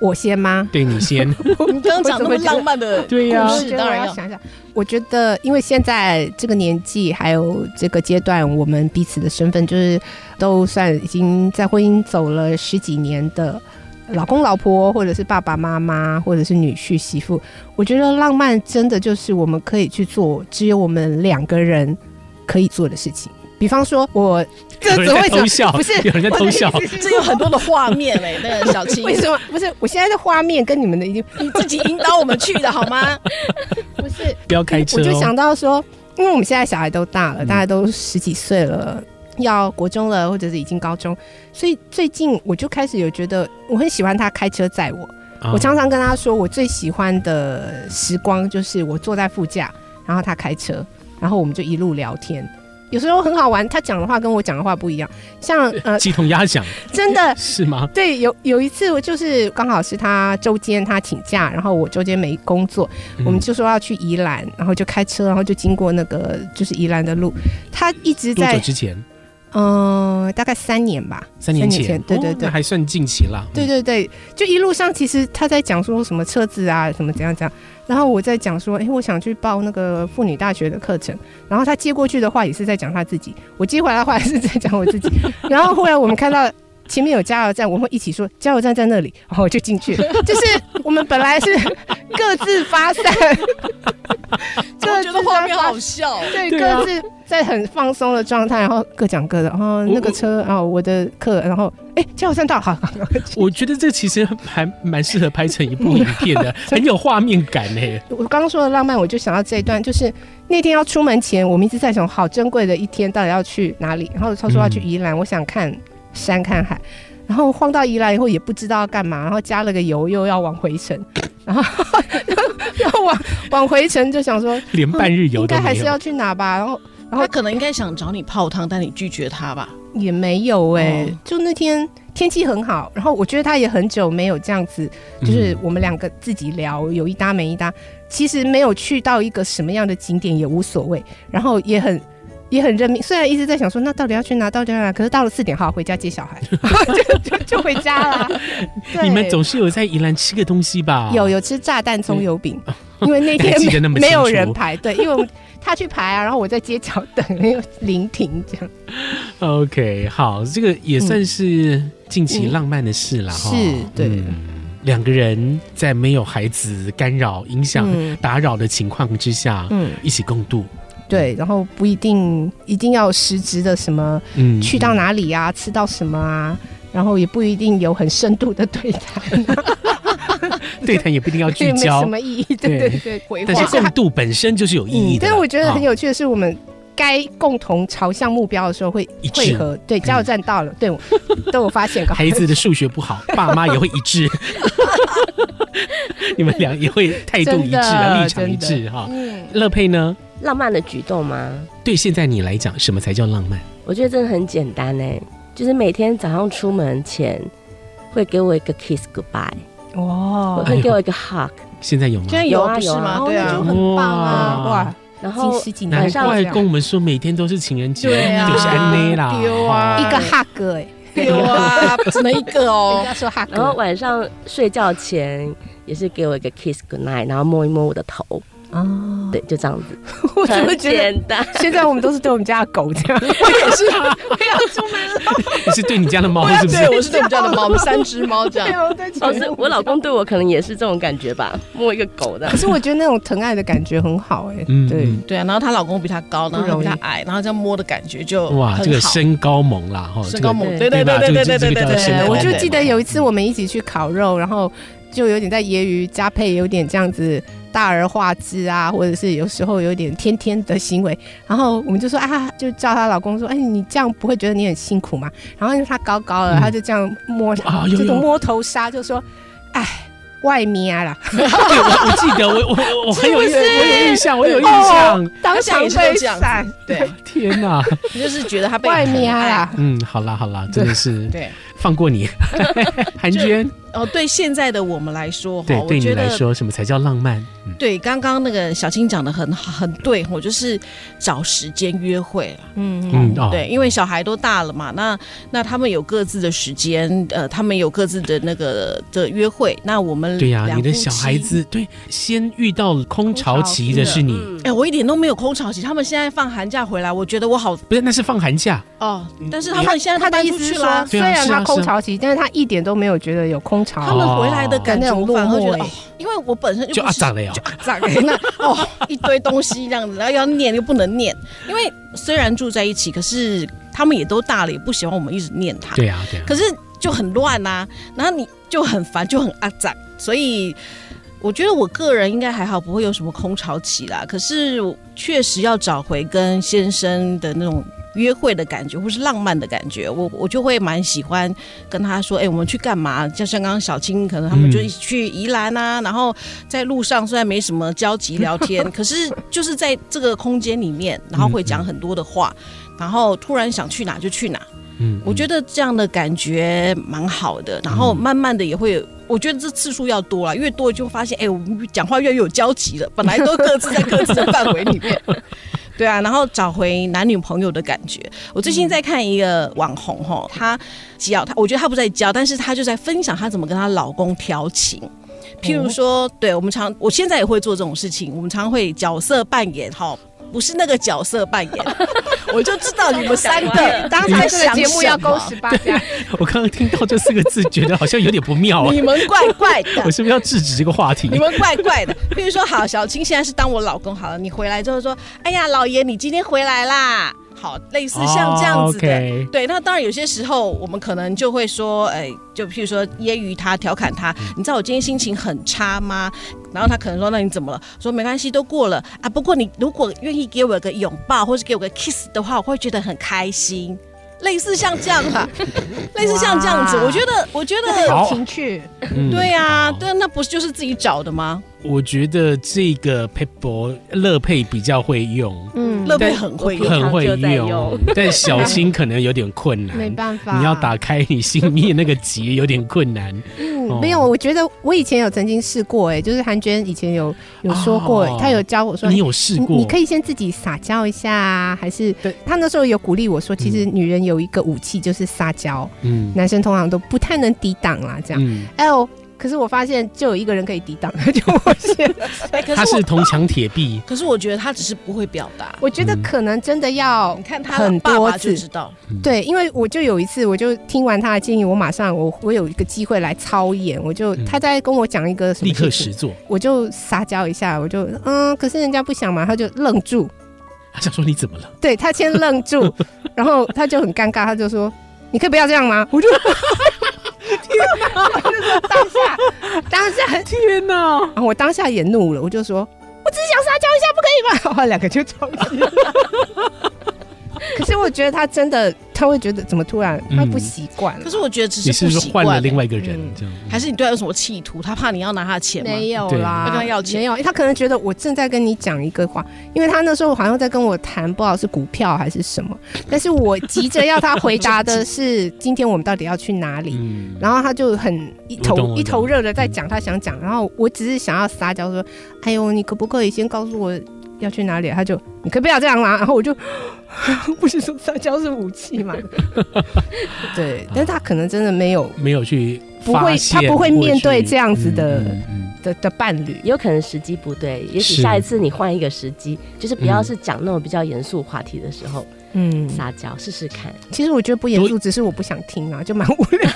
[SPEAKER 4] 我先吗？
[SPEAKER 3] 对你先，
[SPEAKER 6] 你刚刚讲那么浪漫的
[SPEAKER 3] 对呀
[SPEAKER 6] 故
[SPEAKER 4] 我
[SPEAKER 6] 事，
[SPEAKER 4] 觉得
[SPEAKER 6] 当
[SPEAKER 4] 我
[SPEAKER 6] 然
[SPEAKER 4] 要
[SPEAKER 6] 要
[SPEAKER 4] 想一下。我觉得，因为现在这个年纪还有这个阶段，我们彼此的身份就是都算已经在婚姻走了十几年的老公、老婆，或者是爸爸妈妈，或者是女婿、媳妇。我觉得浪漫真的就是我们可以去做只有我们两个人可以做的事情。比方说，我 这
[SPEAKER 3] 有人
[SPEAKER 4] 怎
[SPEAKER 3] 在
[SPEAKER 4] 么会
[SPEAKER 3] 偷笑，
[SPEAKER 4] 不是
[SPEAKER 3] 有人在偷 笑，
[SPEAKER 6] 这有很多的画面哎、那个小青，
[SPEAKER 4] 为什么？不是，我现在的画面跟你们的已经
[SPEAKER 6] 你自己引导我们去的好吗？
[SPEAKER 4] 不是
[SPEAKER 3] 不要开车
[SPEAKER 4] 我就
[SPEAKER 3] 哦
[SPEAKER 4] 想。到说，因为我们现在小孩都大了，
[SPEAKER 3] 嗯
[SPEAKER 4] 大概都十几岁了，要国中了，或者是已经高中，所以最近我就开始有觉得，我很喜欢他开车载我。
[SPEAKER 3] 啊
[SPEAKER 4] 我常常跟他说，我最喜欢的时光就是我坐在副驾，然后他开车，然后我们就一路聊天。有时候很好玩，他讲的话跟我讲的话不一样，像 呃，
[SPEAKER 3] 鸡同鸭讲
[SPEAKER 4] 真的
[SPEAKER 3] 是吗？
[SPEAKER 4] 对，有有一次我就是刚好是他周间他请假，然后我周间没工作，我们就说要去宜兰，然后就开车，然后就经过那个就是宜兰的路，他一直
[SPEAKER 3] 多久
[SPEAKER 4] 在
[SPEAKER 3] 之前？
[SPEAKER 4] 嗯、大概三年吧，
[SPEAKER 3] 三年前，
[SPEAKER 4] 对对
[SPEAKER 3] 哦
[SPEAKER 4] 对
[SPEAKER 3] 那。还算近期啦。嗯
[SPEAKER 4] 对对对，就一路上其实他在讲说什么车子啊，什么怎样怎样，然后我在讲说，哎，我想去报那个妇女大学的课程，然后他接过去的话也是在讲他自己，我接回来的话也是在讲我自己， 然后后来我们看到。前面有加油站，我们会一起说加油站在那里，然后我就进去了。就是我们本来是各自发散，
[SPEAKER 6] 我
[SPEAKER 4] 各
[SPEAKER 6] 觉
[SPEAKER 4] 自
[SPEAKER 6] 得画面
[SPEAKER 4] 发
[SPEAKER 6] 好笑。
[SPEAKER 4] 对，
[SPEAKER 3] 对啊
[SPEAKER 4] 各自在很放松的状态，然后各讲各的，然后那个车，然后我的课，然后哎，加油站到，好，好好
[SPEAKER 3] 我觉得这其实还蛮适合拍成一部影片 的，很有画面感欸呢。
[SPEAKER 4] 我刚刚说的浪漫，我就想到这一段，就是那天要出门前，我们一直在想，好珍贵的一天，到底要去哪里？然后他说要去宜兰，我想看山看海，然后晃到宜兰以后也不知道要干嘛，然后加了个油，又要往回程， 然后然后往 往回程就想说，嗯
[SPEAKER 3] 连半日游
[SPEAKER 4] 应
[SPEAKER 3] 都
[SPEAKER 4] 该还
[SPEAKER 3] 没
[SPEAKER 4] 是
[SPEAKER 3] 有
[SPEAKER 4] 要。去哪吧？然后然
[SPEAKER 6] 他
[SPEAKER 4] 后
[SPEAKER 6] 可能应该想找你泡汤，但你拒绝他吧。
[SPEAKER 4] 也没有哎、
[SPEAKER 6] 哦
[SPEAKER 4] 就那天天气很好，然后我觉得他也很久没有这样子
[SPEAKER 3] 嗯
[SPEAKER 4] 就是我们两个自己聊，有一搭没一搭。其实没有去到一个什么样的景点也无所谓，然后也很也很认命。虽然一直在想说，那到底要去哪？到底要去哪？可是到了四点，好，回家接小孩， 就就就回家啦。对
[SPEAKER 3] 你们总是有在宜兰吃个东西吧？
[SPEAKER 4] 有有吃炸弹葱油饼，因为那
[SPEAKER 3] 嗯 还记得
[SPEAKER 4] 天
[SPEAKER 3] 那么
[SPEAKER 4] 没没有
[SPEAKER 3] 清楚
[SPEAKER 4] 人排队，因为我们 他去排啊，然后我在街角等，因为临停这样。
[SPEAKER 3] OK，好，这个也算是近期浪漫的事了哈、
[SPEAKER 4] 是对
[SPEAKER 3] 嗯两个人在没有孩子干扰、影响、
[SPEAKER 4] 嗯
[SPEAKER 3] 打扰的情况之下，
[SPEAKER 4] 嗯，
[SPEAKER 3] 一起共度。
[SPEAKER 4] 对，然后不一定一定要实质的什么。
[SPEAKER 3] 嗯
[SPEAKER 4] 去到？哪里啊，吃到什么啊，然后也不一定有很深度的对谈，
[SPEAKER 3] 对谈也不一定 要
[SPEAKER 4] 所以
[SPEAKER 3] 聚
[SPEAKER 4] 没
[SPEAKER 3] 焦
[SPEAKER 4] 什，么意义。对
[SPEAKER 3] 对
[SPEAKER 4] 对对，回
[SPEAKER 3] 但是共度本身就是有意义的啦。
[SPEAKER 4] 但嗯我觉得很
[SPEAKER 3] 啊、
[SPEAKER 4] 有趣的是，我们该共同朝向目标的时候会
[SPEAKER 3] 一致嗯
[SPEAKER 4] 汇合。对，加油站到了，对，我都有发现搞
[SPEAKER 3] 孩子的数学不 好，爸妈也会一致。 你们俩也会态度一致啊，
[SPEAKER 4] 真的
[SPEAKER 3] 立场一
[SPEAKER 4] 真
[SPEAKER 3] 致哈。
[SPEAKER 6] 嗯，
[SPEAKER 3] 乐佩呢？
[SPEAKER 5] 浪漫的举动吗？
[SPEAKER 3] 对现在你来讲，什么才叫浪漫？
[SPEAKER 5] 我觉得真的很简单哎，就是每天早上出门前会给我一个 kiss goodbye，
[SPEAKER 4] 哇
[SPEAKER 3] 哎
[SPEAKER 5] 会给我一个 hug，
[SPEAKER 3] 现在有吗
[SPEAKER 6] 现？在
[SPEAKER 5] 有
[SPEAKER 6] 有
[SPEAKER 5] 啊
[SPEAKER 6] 不是
[SPEAKER 5] 有啊
[SPEAKER 6] 吗？
[SPEAKER 4] 哦
[SPEAKER 6] 对
[SPEAKER 4] 那就
[SPEAKER 6] 啊，
[SPEAKER 4] 很棒啊！
[SPEAKER 3] 哇
[SPEAKER 4] 哇，
[SPEAKER 5] 然
[SPEAKER 4] 近
[SPEAKER 5] 后
[SPEAKER 4] 十几
[SPEAKER 3] 难
[SPEAKER 4] 年
[SPEAKER 5] 上
[SPEAKER 3] 怪跟我们说每天都是情人节，
[SPEAKER 6] 对啊
[SPEAKER 3] 就是安内啦，
[SPEAKER 6] 对啊
[SPEAKER 4] 一个 hug 哎，
[SPEAKER 6] 有 啊，只能一个
[SPEAKER 4] 人
[SPEAKER 6] 哦。
[SPEAKER 4] 家说
[SPEAKER 5] 然后
[SPEAKER 4] hug
[SPEAKER 5] 晚上睡觉前也是给我一个 kiss good night，然后摸一摸我的头，
[SPEAKER 4] 哦，
[SPEAKER 5] 对，就这样子，
[SPEAKER 4] 我怎么
[SPEAKER 5] 很
[SPEAKER 4] 觉得
[SPEAKER 5] 简单。
[SPEAKER 4] 现在我们都是对我们家的狗这样？
[SPEAKER 3] 你是对你家的 猫是不是？
[SPEAKER 6] 对，我是对我们家的猫，我们三只猫这样。
[SPEAKER 4] 我在
[SPEAKER 5] 老师，我老公对我可能也是这种感觉吧，摸一个狗的
[SPEAKER 4] 可。是我觉得那种疼爱的感觉很好哎、
[SPEAKER 3] 嗯
[SPEAKER 4] 对，
[SPEAKER 3] 嗯
[SPEAKER 6] 对啊，然后她老公比她高，然后她比她矮，然后这样摸的感觉就
[SPEAKER 3] 哇，
[SPEAKER 6] 很
[SPEAKER 3] 这个
[SPEAKER 6] 好
[SPEAKER 3] 身高猛啦，哈，
[SPEAKER 6] 身高猛，
[SPEAKER 3] 个
[SPEAKER 5] 这
[SPEAKER 6] 对
[SPEAKER 3] 对
[SPEAKER 6] 对
[SPEAKER 3] 吧
[SPEAKER 6] 对对
[SPEAKER 3] 这个
[SPEAKER 6] 对对
[SPEAKER 3] 这个
[SPEAKER 6] 对
[SPEAKER 3] 比较深
[SPEAKER 6] 对，
[SPEAKER 3] 的
[SPEAKER 4] 我
[SPEAKER 3] 对
[SPEAKER 4] 就
[SPEAKER 3] 对
[SPEAKER 4] 记得有一次我们一起去烤肉，然后就有点在揶揄加配，有点这样子大而化之啊，或者是有时候有点天天的行为。然后我们就说啊，就叫她老公说，哎，你这样不会觉得你很辛苦吗？然后因为她高高的，
[SPEAKER 3] 嗯
[SPEAKER 4] 她就这样摸，
[SPEAKER 3] 啊有有
[SPEAKER 4] 这种摸头杀，就说，哎，外面啊啦，
[SPEAKER 3] 对，我我记得，我我我很有印，我有印象，我有印
[SPEAKER 4] 哦
[SPEAKER 3] 象。
[SPEAKER 4] 当
[SPEAKER 6] 现在
[SPEAKER 4] 场
[SPEAKER 6] 也是都
[SPEAKER 4] 被
[SPEAKER 6] 这样
[SPEAKER 4] 闪，
[SPEAKER 6] 对，
[SPEAKER 3] 天 哪，
[SPEAKER 6] 你就是觉得她被
[SPEAKER 4] 外面
[SPEAKER 6] 很
[SPEAKER 4] 啊
[SPEAKER 6] 爱
[SPEAKER 4] 啦，
[SPEAKER 3] 嗯，好啦好啦，真的是
[SPEAKER 6] 对。
[SPEAKER 3] 放过 你，韩娟。
[SPEAKER 6] 哦，对现在的我们来说，哈
[SPEAKER 3] 对，，
[SPEAKER 6] 哦我
[SPEAKER 3] 对你
[SPEAKER 6] 觉
[SPEAKER 3] 来
[SPEAKER 6] 得
[SPEAKER 3] 说，什么才叫浪漫？嗯
[SPEAKER 6] 对刚刚那个小青讲的很好很对，我就是找时间约会啦。
[SPEAKER 4] 嗯
[SPEAKER 3] 嗯哦，
[SPEAKER 6] 对，因为小孩都大了嘛，那那他们有各自的时间，呃，他们有各自的那个的约会。那我们
[SPEAKER 3] 对呀，
[SPEAKER 6] 两
[SPEAKER 3] 你的
[SPEAKER 6] 夫
[SPEAKER 3] 小
[SPEAKER 6] 妻
[SPEAKER 3] 孩，子，对，先遇到空巢
[SPEAKER 4] 空巢
[SPEAKER 3] 期的是你，
[SPEAKER 6] 哎、我一点都没有空巢期。他们现在放寒假回来，我觉得我好
[SPEAKER 3] 不是？那是放寒假，
[SPEAKER 6] 哦，但是他
[SPEAKER 4] 他
[SPEAKER 6] 们现在
[SPEAKER 4] 他
[SPEAKER 6] 都
[SPEAKER 4] 的
[SPEAKER 6] 搬
[SPEAKER 4] 意
[SPEAKER 6] 出
[SPEAKER 4] 思是
[SPEAKER 6] 去
[SPEAKER 4] 说，
[SPEAKER 6] 啦，
[SPEAKER 3] 对
[SPEAKER 4] 虽
[SPEAKER 3] 啊是啊
[SPEAKER 4] 然他
[SPEAKER 3] 是
[SPEAKER 4] 空
[SPEAKER 3] 啊
[SPEAKER 4] 巢期，但是他一点都没有觉得有空巢。
[SPEAKER 6] 他们回来的感觉，
[SPEAKER 4] 哦
[SPEAKER 6] 我反而觉得
[SPEAKER 4] 那种落寞
[SPEAKER 6] 哦，因为我本身就
[SPEAKER 3] 就
[SPEAKER 6] 不
[SPEAKER 3] 啊
[SPEAKER 6] 是
[SPEAKER 3] 咋了呀？
[SPEAKER 6] 长给那哦一堆东西这样子，然后要念又不能念，因为虽然住在一起，可是他们也都大了，也不喜欢我们一直念他。
[SPEAKER 3] 对呀，对呀。
[SPEAKER 6] 可是就很乱呐、然后你就很烦，就很阿杂，所以。我觉得我个人应该还好，不会有什么空巢期啦。可是我确实要找回跟先生的那种约会的感觉，或是浪漫的感觉，我我就会蛮喜欢跟他说：“哎、我们去干嘛？”就像刚刚小青，可能他们就一起去宜兰啊，然后在路上虽然没什么交集聊天，可是就是在这个空间里面，然后会讲很多的话，然后突然想去哪就去哪，
[SPEAKER 3] 嗯，
[SPEAKER 6] 我觉
[SPEAKER 3] 得
[SPEAKER 6] 得这样的感觉蛮好的，然后慢慢的也会，我觉得这次数要多了，越 多就发现，哎、我们讲话越来越有交集了，本来都各自在各自的范围里面。对啊，然后找回男女朋友的感觉。我最近在看一个网红吼，她教她，我觉得她不在教，但是她就在分享她怎么跟她老公调情。譬如说，对我们常，我现在也会做这种事情，我们常会角色扮演哈。不是那个角色扮 演，我就知道你们三个刚才
[SPEAKER 4] 这个节目要勾
[SPEAKER 6] 勾
[SPEAKER 4] 十八家，
[SPEAKER 3] 我刚刚听到这四个字，觉得好像有点不妙啊
[SPEAKER 6] 你。们怪 怪的
[SPEAKER 3] 我，是不是要制止这个话题
[SPEAKER 6] 你？们怪怪的。比如说，好，小青现在是当我老公好了，你回来之后说，哎呀，老爷，你今天回来啦。好，类似像这样子的。
[SPEAKER 3] 哦，OK
[SPEAKER 6] 对，那当然有些时候我们可能就会说，哎，就譬如说揶揄他、调侃他，
[SPEAKER 3] 嗯
[SPEAKER 6] 你知道我今天心情很差吗？然后他可能说，那你怎么了？说没关系，都过了啊。不过你如果愿意给我一个拥抱，或是给我个 kiss 的话，我会觉得很开心。类似像这样 吧，类似像这样子，
[SPEAKER 4] 哇
[SPEAKER 6] 我觉得，我觉
[SPEAKER 4] 很
[SPEAKER 6] 得，
[SPEAKER 4] 有
[SPEAKER 3] 好
[SPEAKER 4] 情趣。
[SPEAKER 3] 嗯
[SPEAKER 6] 对呀、
[SPEAKER 3] 好嗯
[SPEAKER 6] 对，那不是就是自己找的吗？
[SPEAKER 3] 我觉得这个 p a p e 乐佩比较会用，
[SPEAKER 4] 嗯，
[SPEAKER 6] 乐佩很会用，
[SPEAKER 3] 很会
[SPEAKER 5] 我平常就在用
[SPEAKER 3] 但小新可能有点困难，
[SPEAKER 4] 没办法，
[SPEAKER 3] 你要打开你心里那个结有点困难。哦
[SPEAKER 4] 嗯，没有，我觉得我以前有曾经试过、哎，就是韩娟以前有有说过、
[SPEAKER 3] 哦
[SPEAKER 4] 她有教我说，
[SPEAKER 3] 你有试
[SPEAKER 4] 你
[SPEAKER 3] 过？
[SPEAKER 4] 你可以先自己撒娇一下啊，还是
[SPEAKER 3] 对
[SPEAKER 4] 她那时候有鼓励我说，其实女人有一个武器就是撒娇，
[SPEAKER 3] 嗯
[SPEAKER 4] 男生通常都不太能抵挡啦，这样。
[SPEAKER 3] 嗯，
[SPEAKER 4] 哎呦，可是我发现就有一个人可以抵挡， 就我是，
[SPEAKER 6] 哎可
[SPEAKER 3] 他
[SPEAKER 6] 是
[SPEAKER 3] 是
[SPEAKER 6] 我，
[SPEAKER 3] 铜墙铁壁。
[SPEAKER 6] 可是我觉得他只是不会表达。
[SPEAKER 4] 我觉
[SPEAKER 3] 嗯
[SPEAKER 4] 得可能真的要、
[SPEAKER 6] 你看他
[SPEAKER 4] 很
[SPEAKER 6] 爸
[SPEAKER 4] 多
[SPEAKER 6] 爸就
[SPEAKER 4] 次
[SPEAKER 6] 知道，
[SPEAKER 4] 对，因为我就有一次，我就听完他的建议，我马上我我有一个机会来操演，我就、
[SPEAKER 3] 嗯
[SPEAKER 4] 他在跟我讲一个什么
[SPEAKER 3] 立刻
[SPEAKER 4] 事情
[SPEAKER 3] 实做，
[SPEAKER 4] 我就撒娇一下，我就嗯，可是人家不想嘛，他就愣住，
[SPEAKER 3] 他想说你怎么了？
[SPEAKER 4] 对他先愣住，然后他就很尴尬，他就说：“你可以不要这样吗？”我就，当下，当下，
[SPEAKER 3] 天哪！
[SPEAKER 4] 我当下也怒了，我就说：“我只是想撒娇一下，不可以吗？” 然后两个就吵起来。可是我觉得他真的，他会觉得怎么突然
[SPEAKER 3] 嗯
[SPEAKER 4] 他不习惯了
[SPEAKER 6] 可是我觉得只
[SPEAKER 3] 你是
[SPEAKER 6] 是
[SPEAKER 3] 不
[SPEAKER 6] 不
[SPEAKER 3] 是
[SPEAKER 6] 习
[SPEAKER 3] 换
[SPEAKER 6] 惯
[SPEAKER 3] 了
[SPEAKER 6] 欸。
[SPEAKER 3] 另外一个人
[SPEAKER 4] 嗯
[SPEAKER 3] 这样？
[SPEAKER 6] 还是你对他有什么企图？他怕你要拿他的钱吗？
[SPEAKER 4] 没有
[SPEAKER 3] 对
[SPEAKER 4] 啦，
[SPEAKER 6] 要跟他要钱
[SPEAKER 4] 没有，因为他可能觉得我正在跟你讲一个话，因为他那时候好像在跟我谈，不知道是股票还是什么，但是我急着要他回答的是今天我们到底要去哪里，
[SPEAKER 3] 嗯
[SPEAKER 4] 然后他就很一
[SPEAKER 3] 我懂我
[SPEAKER 4] 头
[SPEAKER 3] 懂
[SPEAKER 4] 一头热的在讲他想讲，然后我只是想要撒娇说，哎呦，你可不可以先告诉我？要去哪里？他就你可不要这样啦、然后我就 不是说撒娇是武器嘛？对，但是他可能真的没有
[SPEAKER 3] 没有去
[SPEAKER 4] 不
[SPEAKER 3] 发
[SPEAKER 4] 会
[SPEAKER 3] 现
[SPEAKER 4] 他不会面对这样子的
[SPEAKER 3] 嗯嗯
[SPEAKER 4] 的的伴侣，
[SPEAKER 5] 也有可能时机不对，也许
[SPEAKER 3] 是
[SPEAKER 5] 下一次你换一个时机，就是不要
[SPEAKER 3] 嗯
[SPEAKER 5] 是讲那种比较严肃话题的时候
[SPEAKER 4] 嗯，
[SPEAKER 5] 撒娇，试试看。
[SPEAKER 4] 其实我觉得不严肃，只是我不想听啊，就蛮无 聊。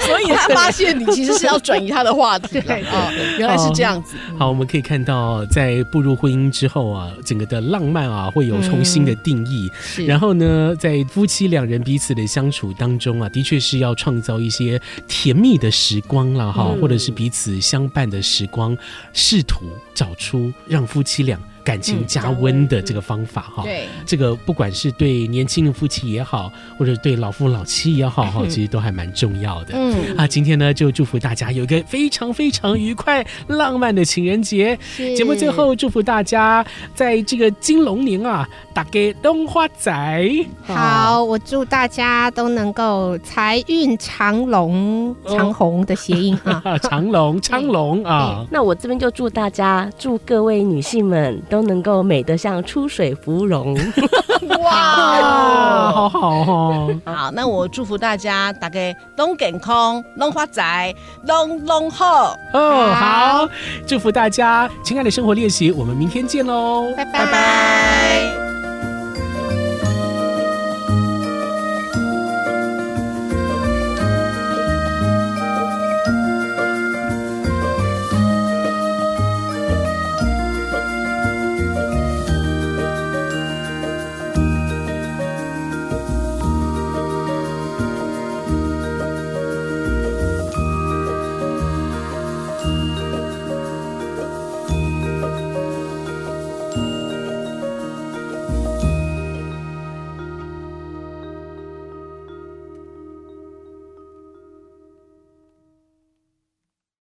[SPEAKER 6] 所以他发现你其实是要转移他的话 题了啊、原来是这样子。
[SPEAKER 3] 嗯好，我们可以看到，在步入婚姻之后啊，整个的浪漫啊，会有重新的定义。
[SPEAKER 4] 是
[SPEAKER 3] 然后呢，在夫妻两人彼此的相处当中啊，的确是要创造一些甜蜜的时光了哈，
[SPEAKER 5] 嗯
[SPEAKER 3] 或者是彼此相伴的时光，试图找出让夫妻俩感情
[SPEAKER 4] 嗯
[SPEAKER 3] 加
[SPEAKER 5] 加
[SPEAKER 3] 温
[SPEAKER 5] 温
[SPEAKER 3] 的
[SPEAKER 5] 嗯
[SPEAKER 3] 这个方法哈。
[SPEAKER 6] 对，
[SPEAKER 3] 这个不管是对年轻的夫妻也好，或者对老夫老妻也好， 哈，
[SPEAKER 4] 嗯
[SPEAKER 3] 其实都还蛮重要的。
[SPEAKER 4] 嗯，
[SPEAKER 3] 啊，今天呢就祝福大家有一个非常非常愉快、浪漫的情人节。节目最后祝福大家，在这个金龙年啊，打给东花仔。啊
[SPEAKER 4] 好，我祝大家都能够财运长龙，
[SPEAKER 3] 哦
[SPEAKER 4] 长虹的谐音 啊。
[SPEAKER 3] 啊，长龙，长龙啊！
[SPEAKER 5] 那我这边就祝大家，祝各位女性们都能够美得像出水芙蓉。
[SPEAKER 4] 哎
[SPEAKER 3] 啊，好好哦，
[SPEAKER 6] 好，那我祝福大家，大家拢健康，拢发财，拢拢好。
[SPEAKER 3] 哦，
[SPEAKER 4] 好
[SPEAKER 3] 好，祝福大家，亲爱的生活练习，我们明天见喽，
[SPEAKER 4] 拜拜
[SPEAKER 6] 拜拜。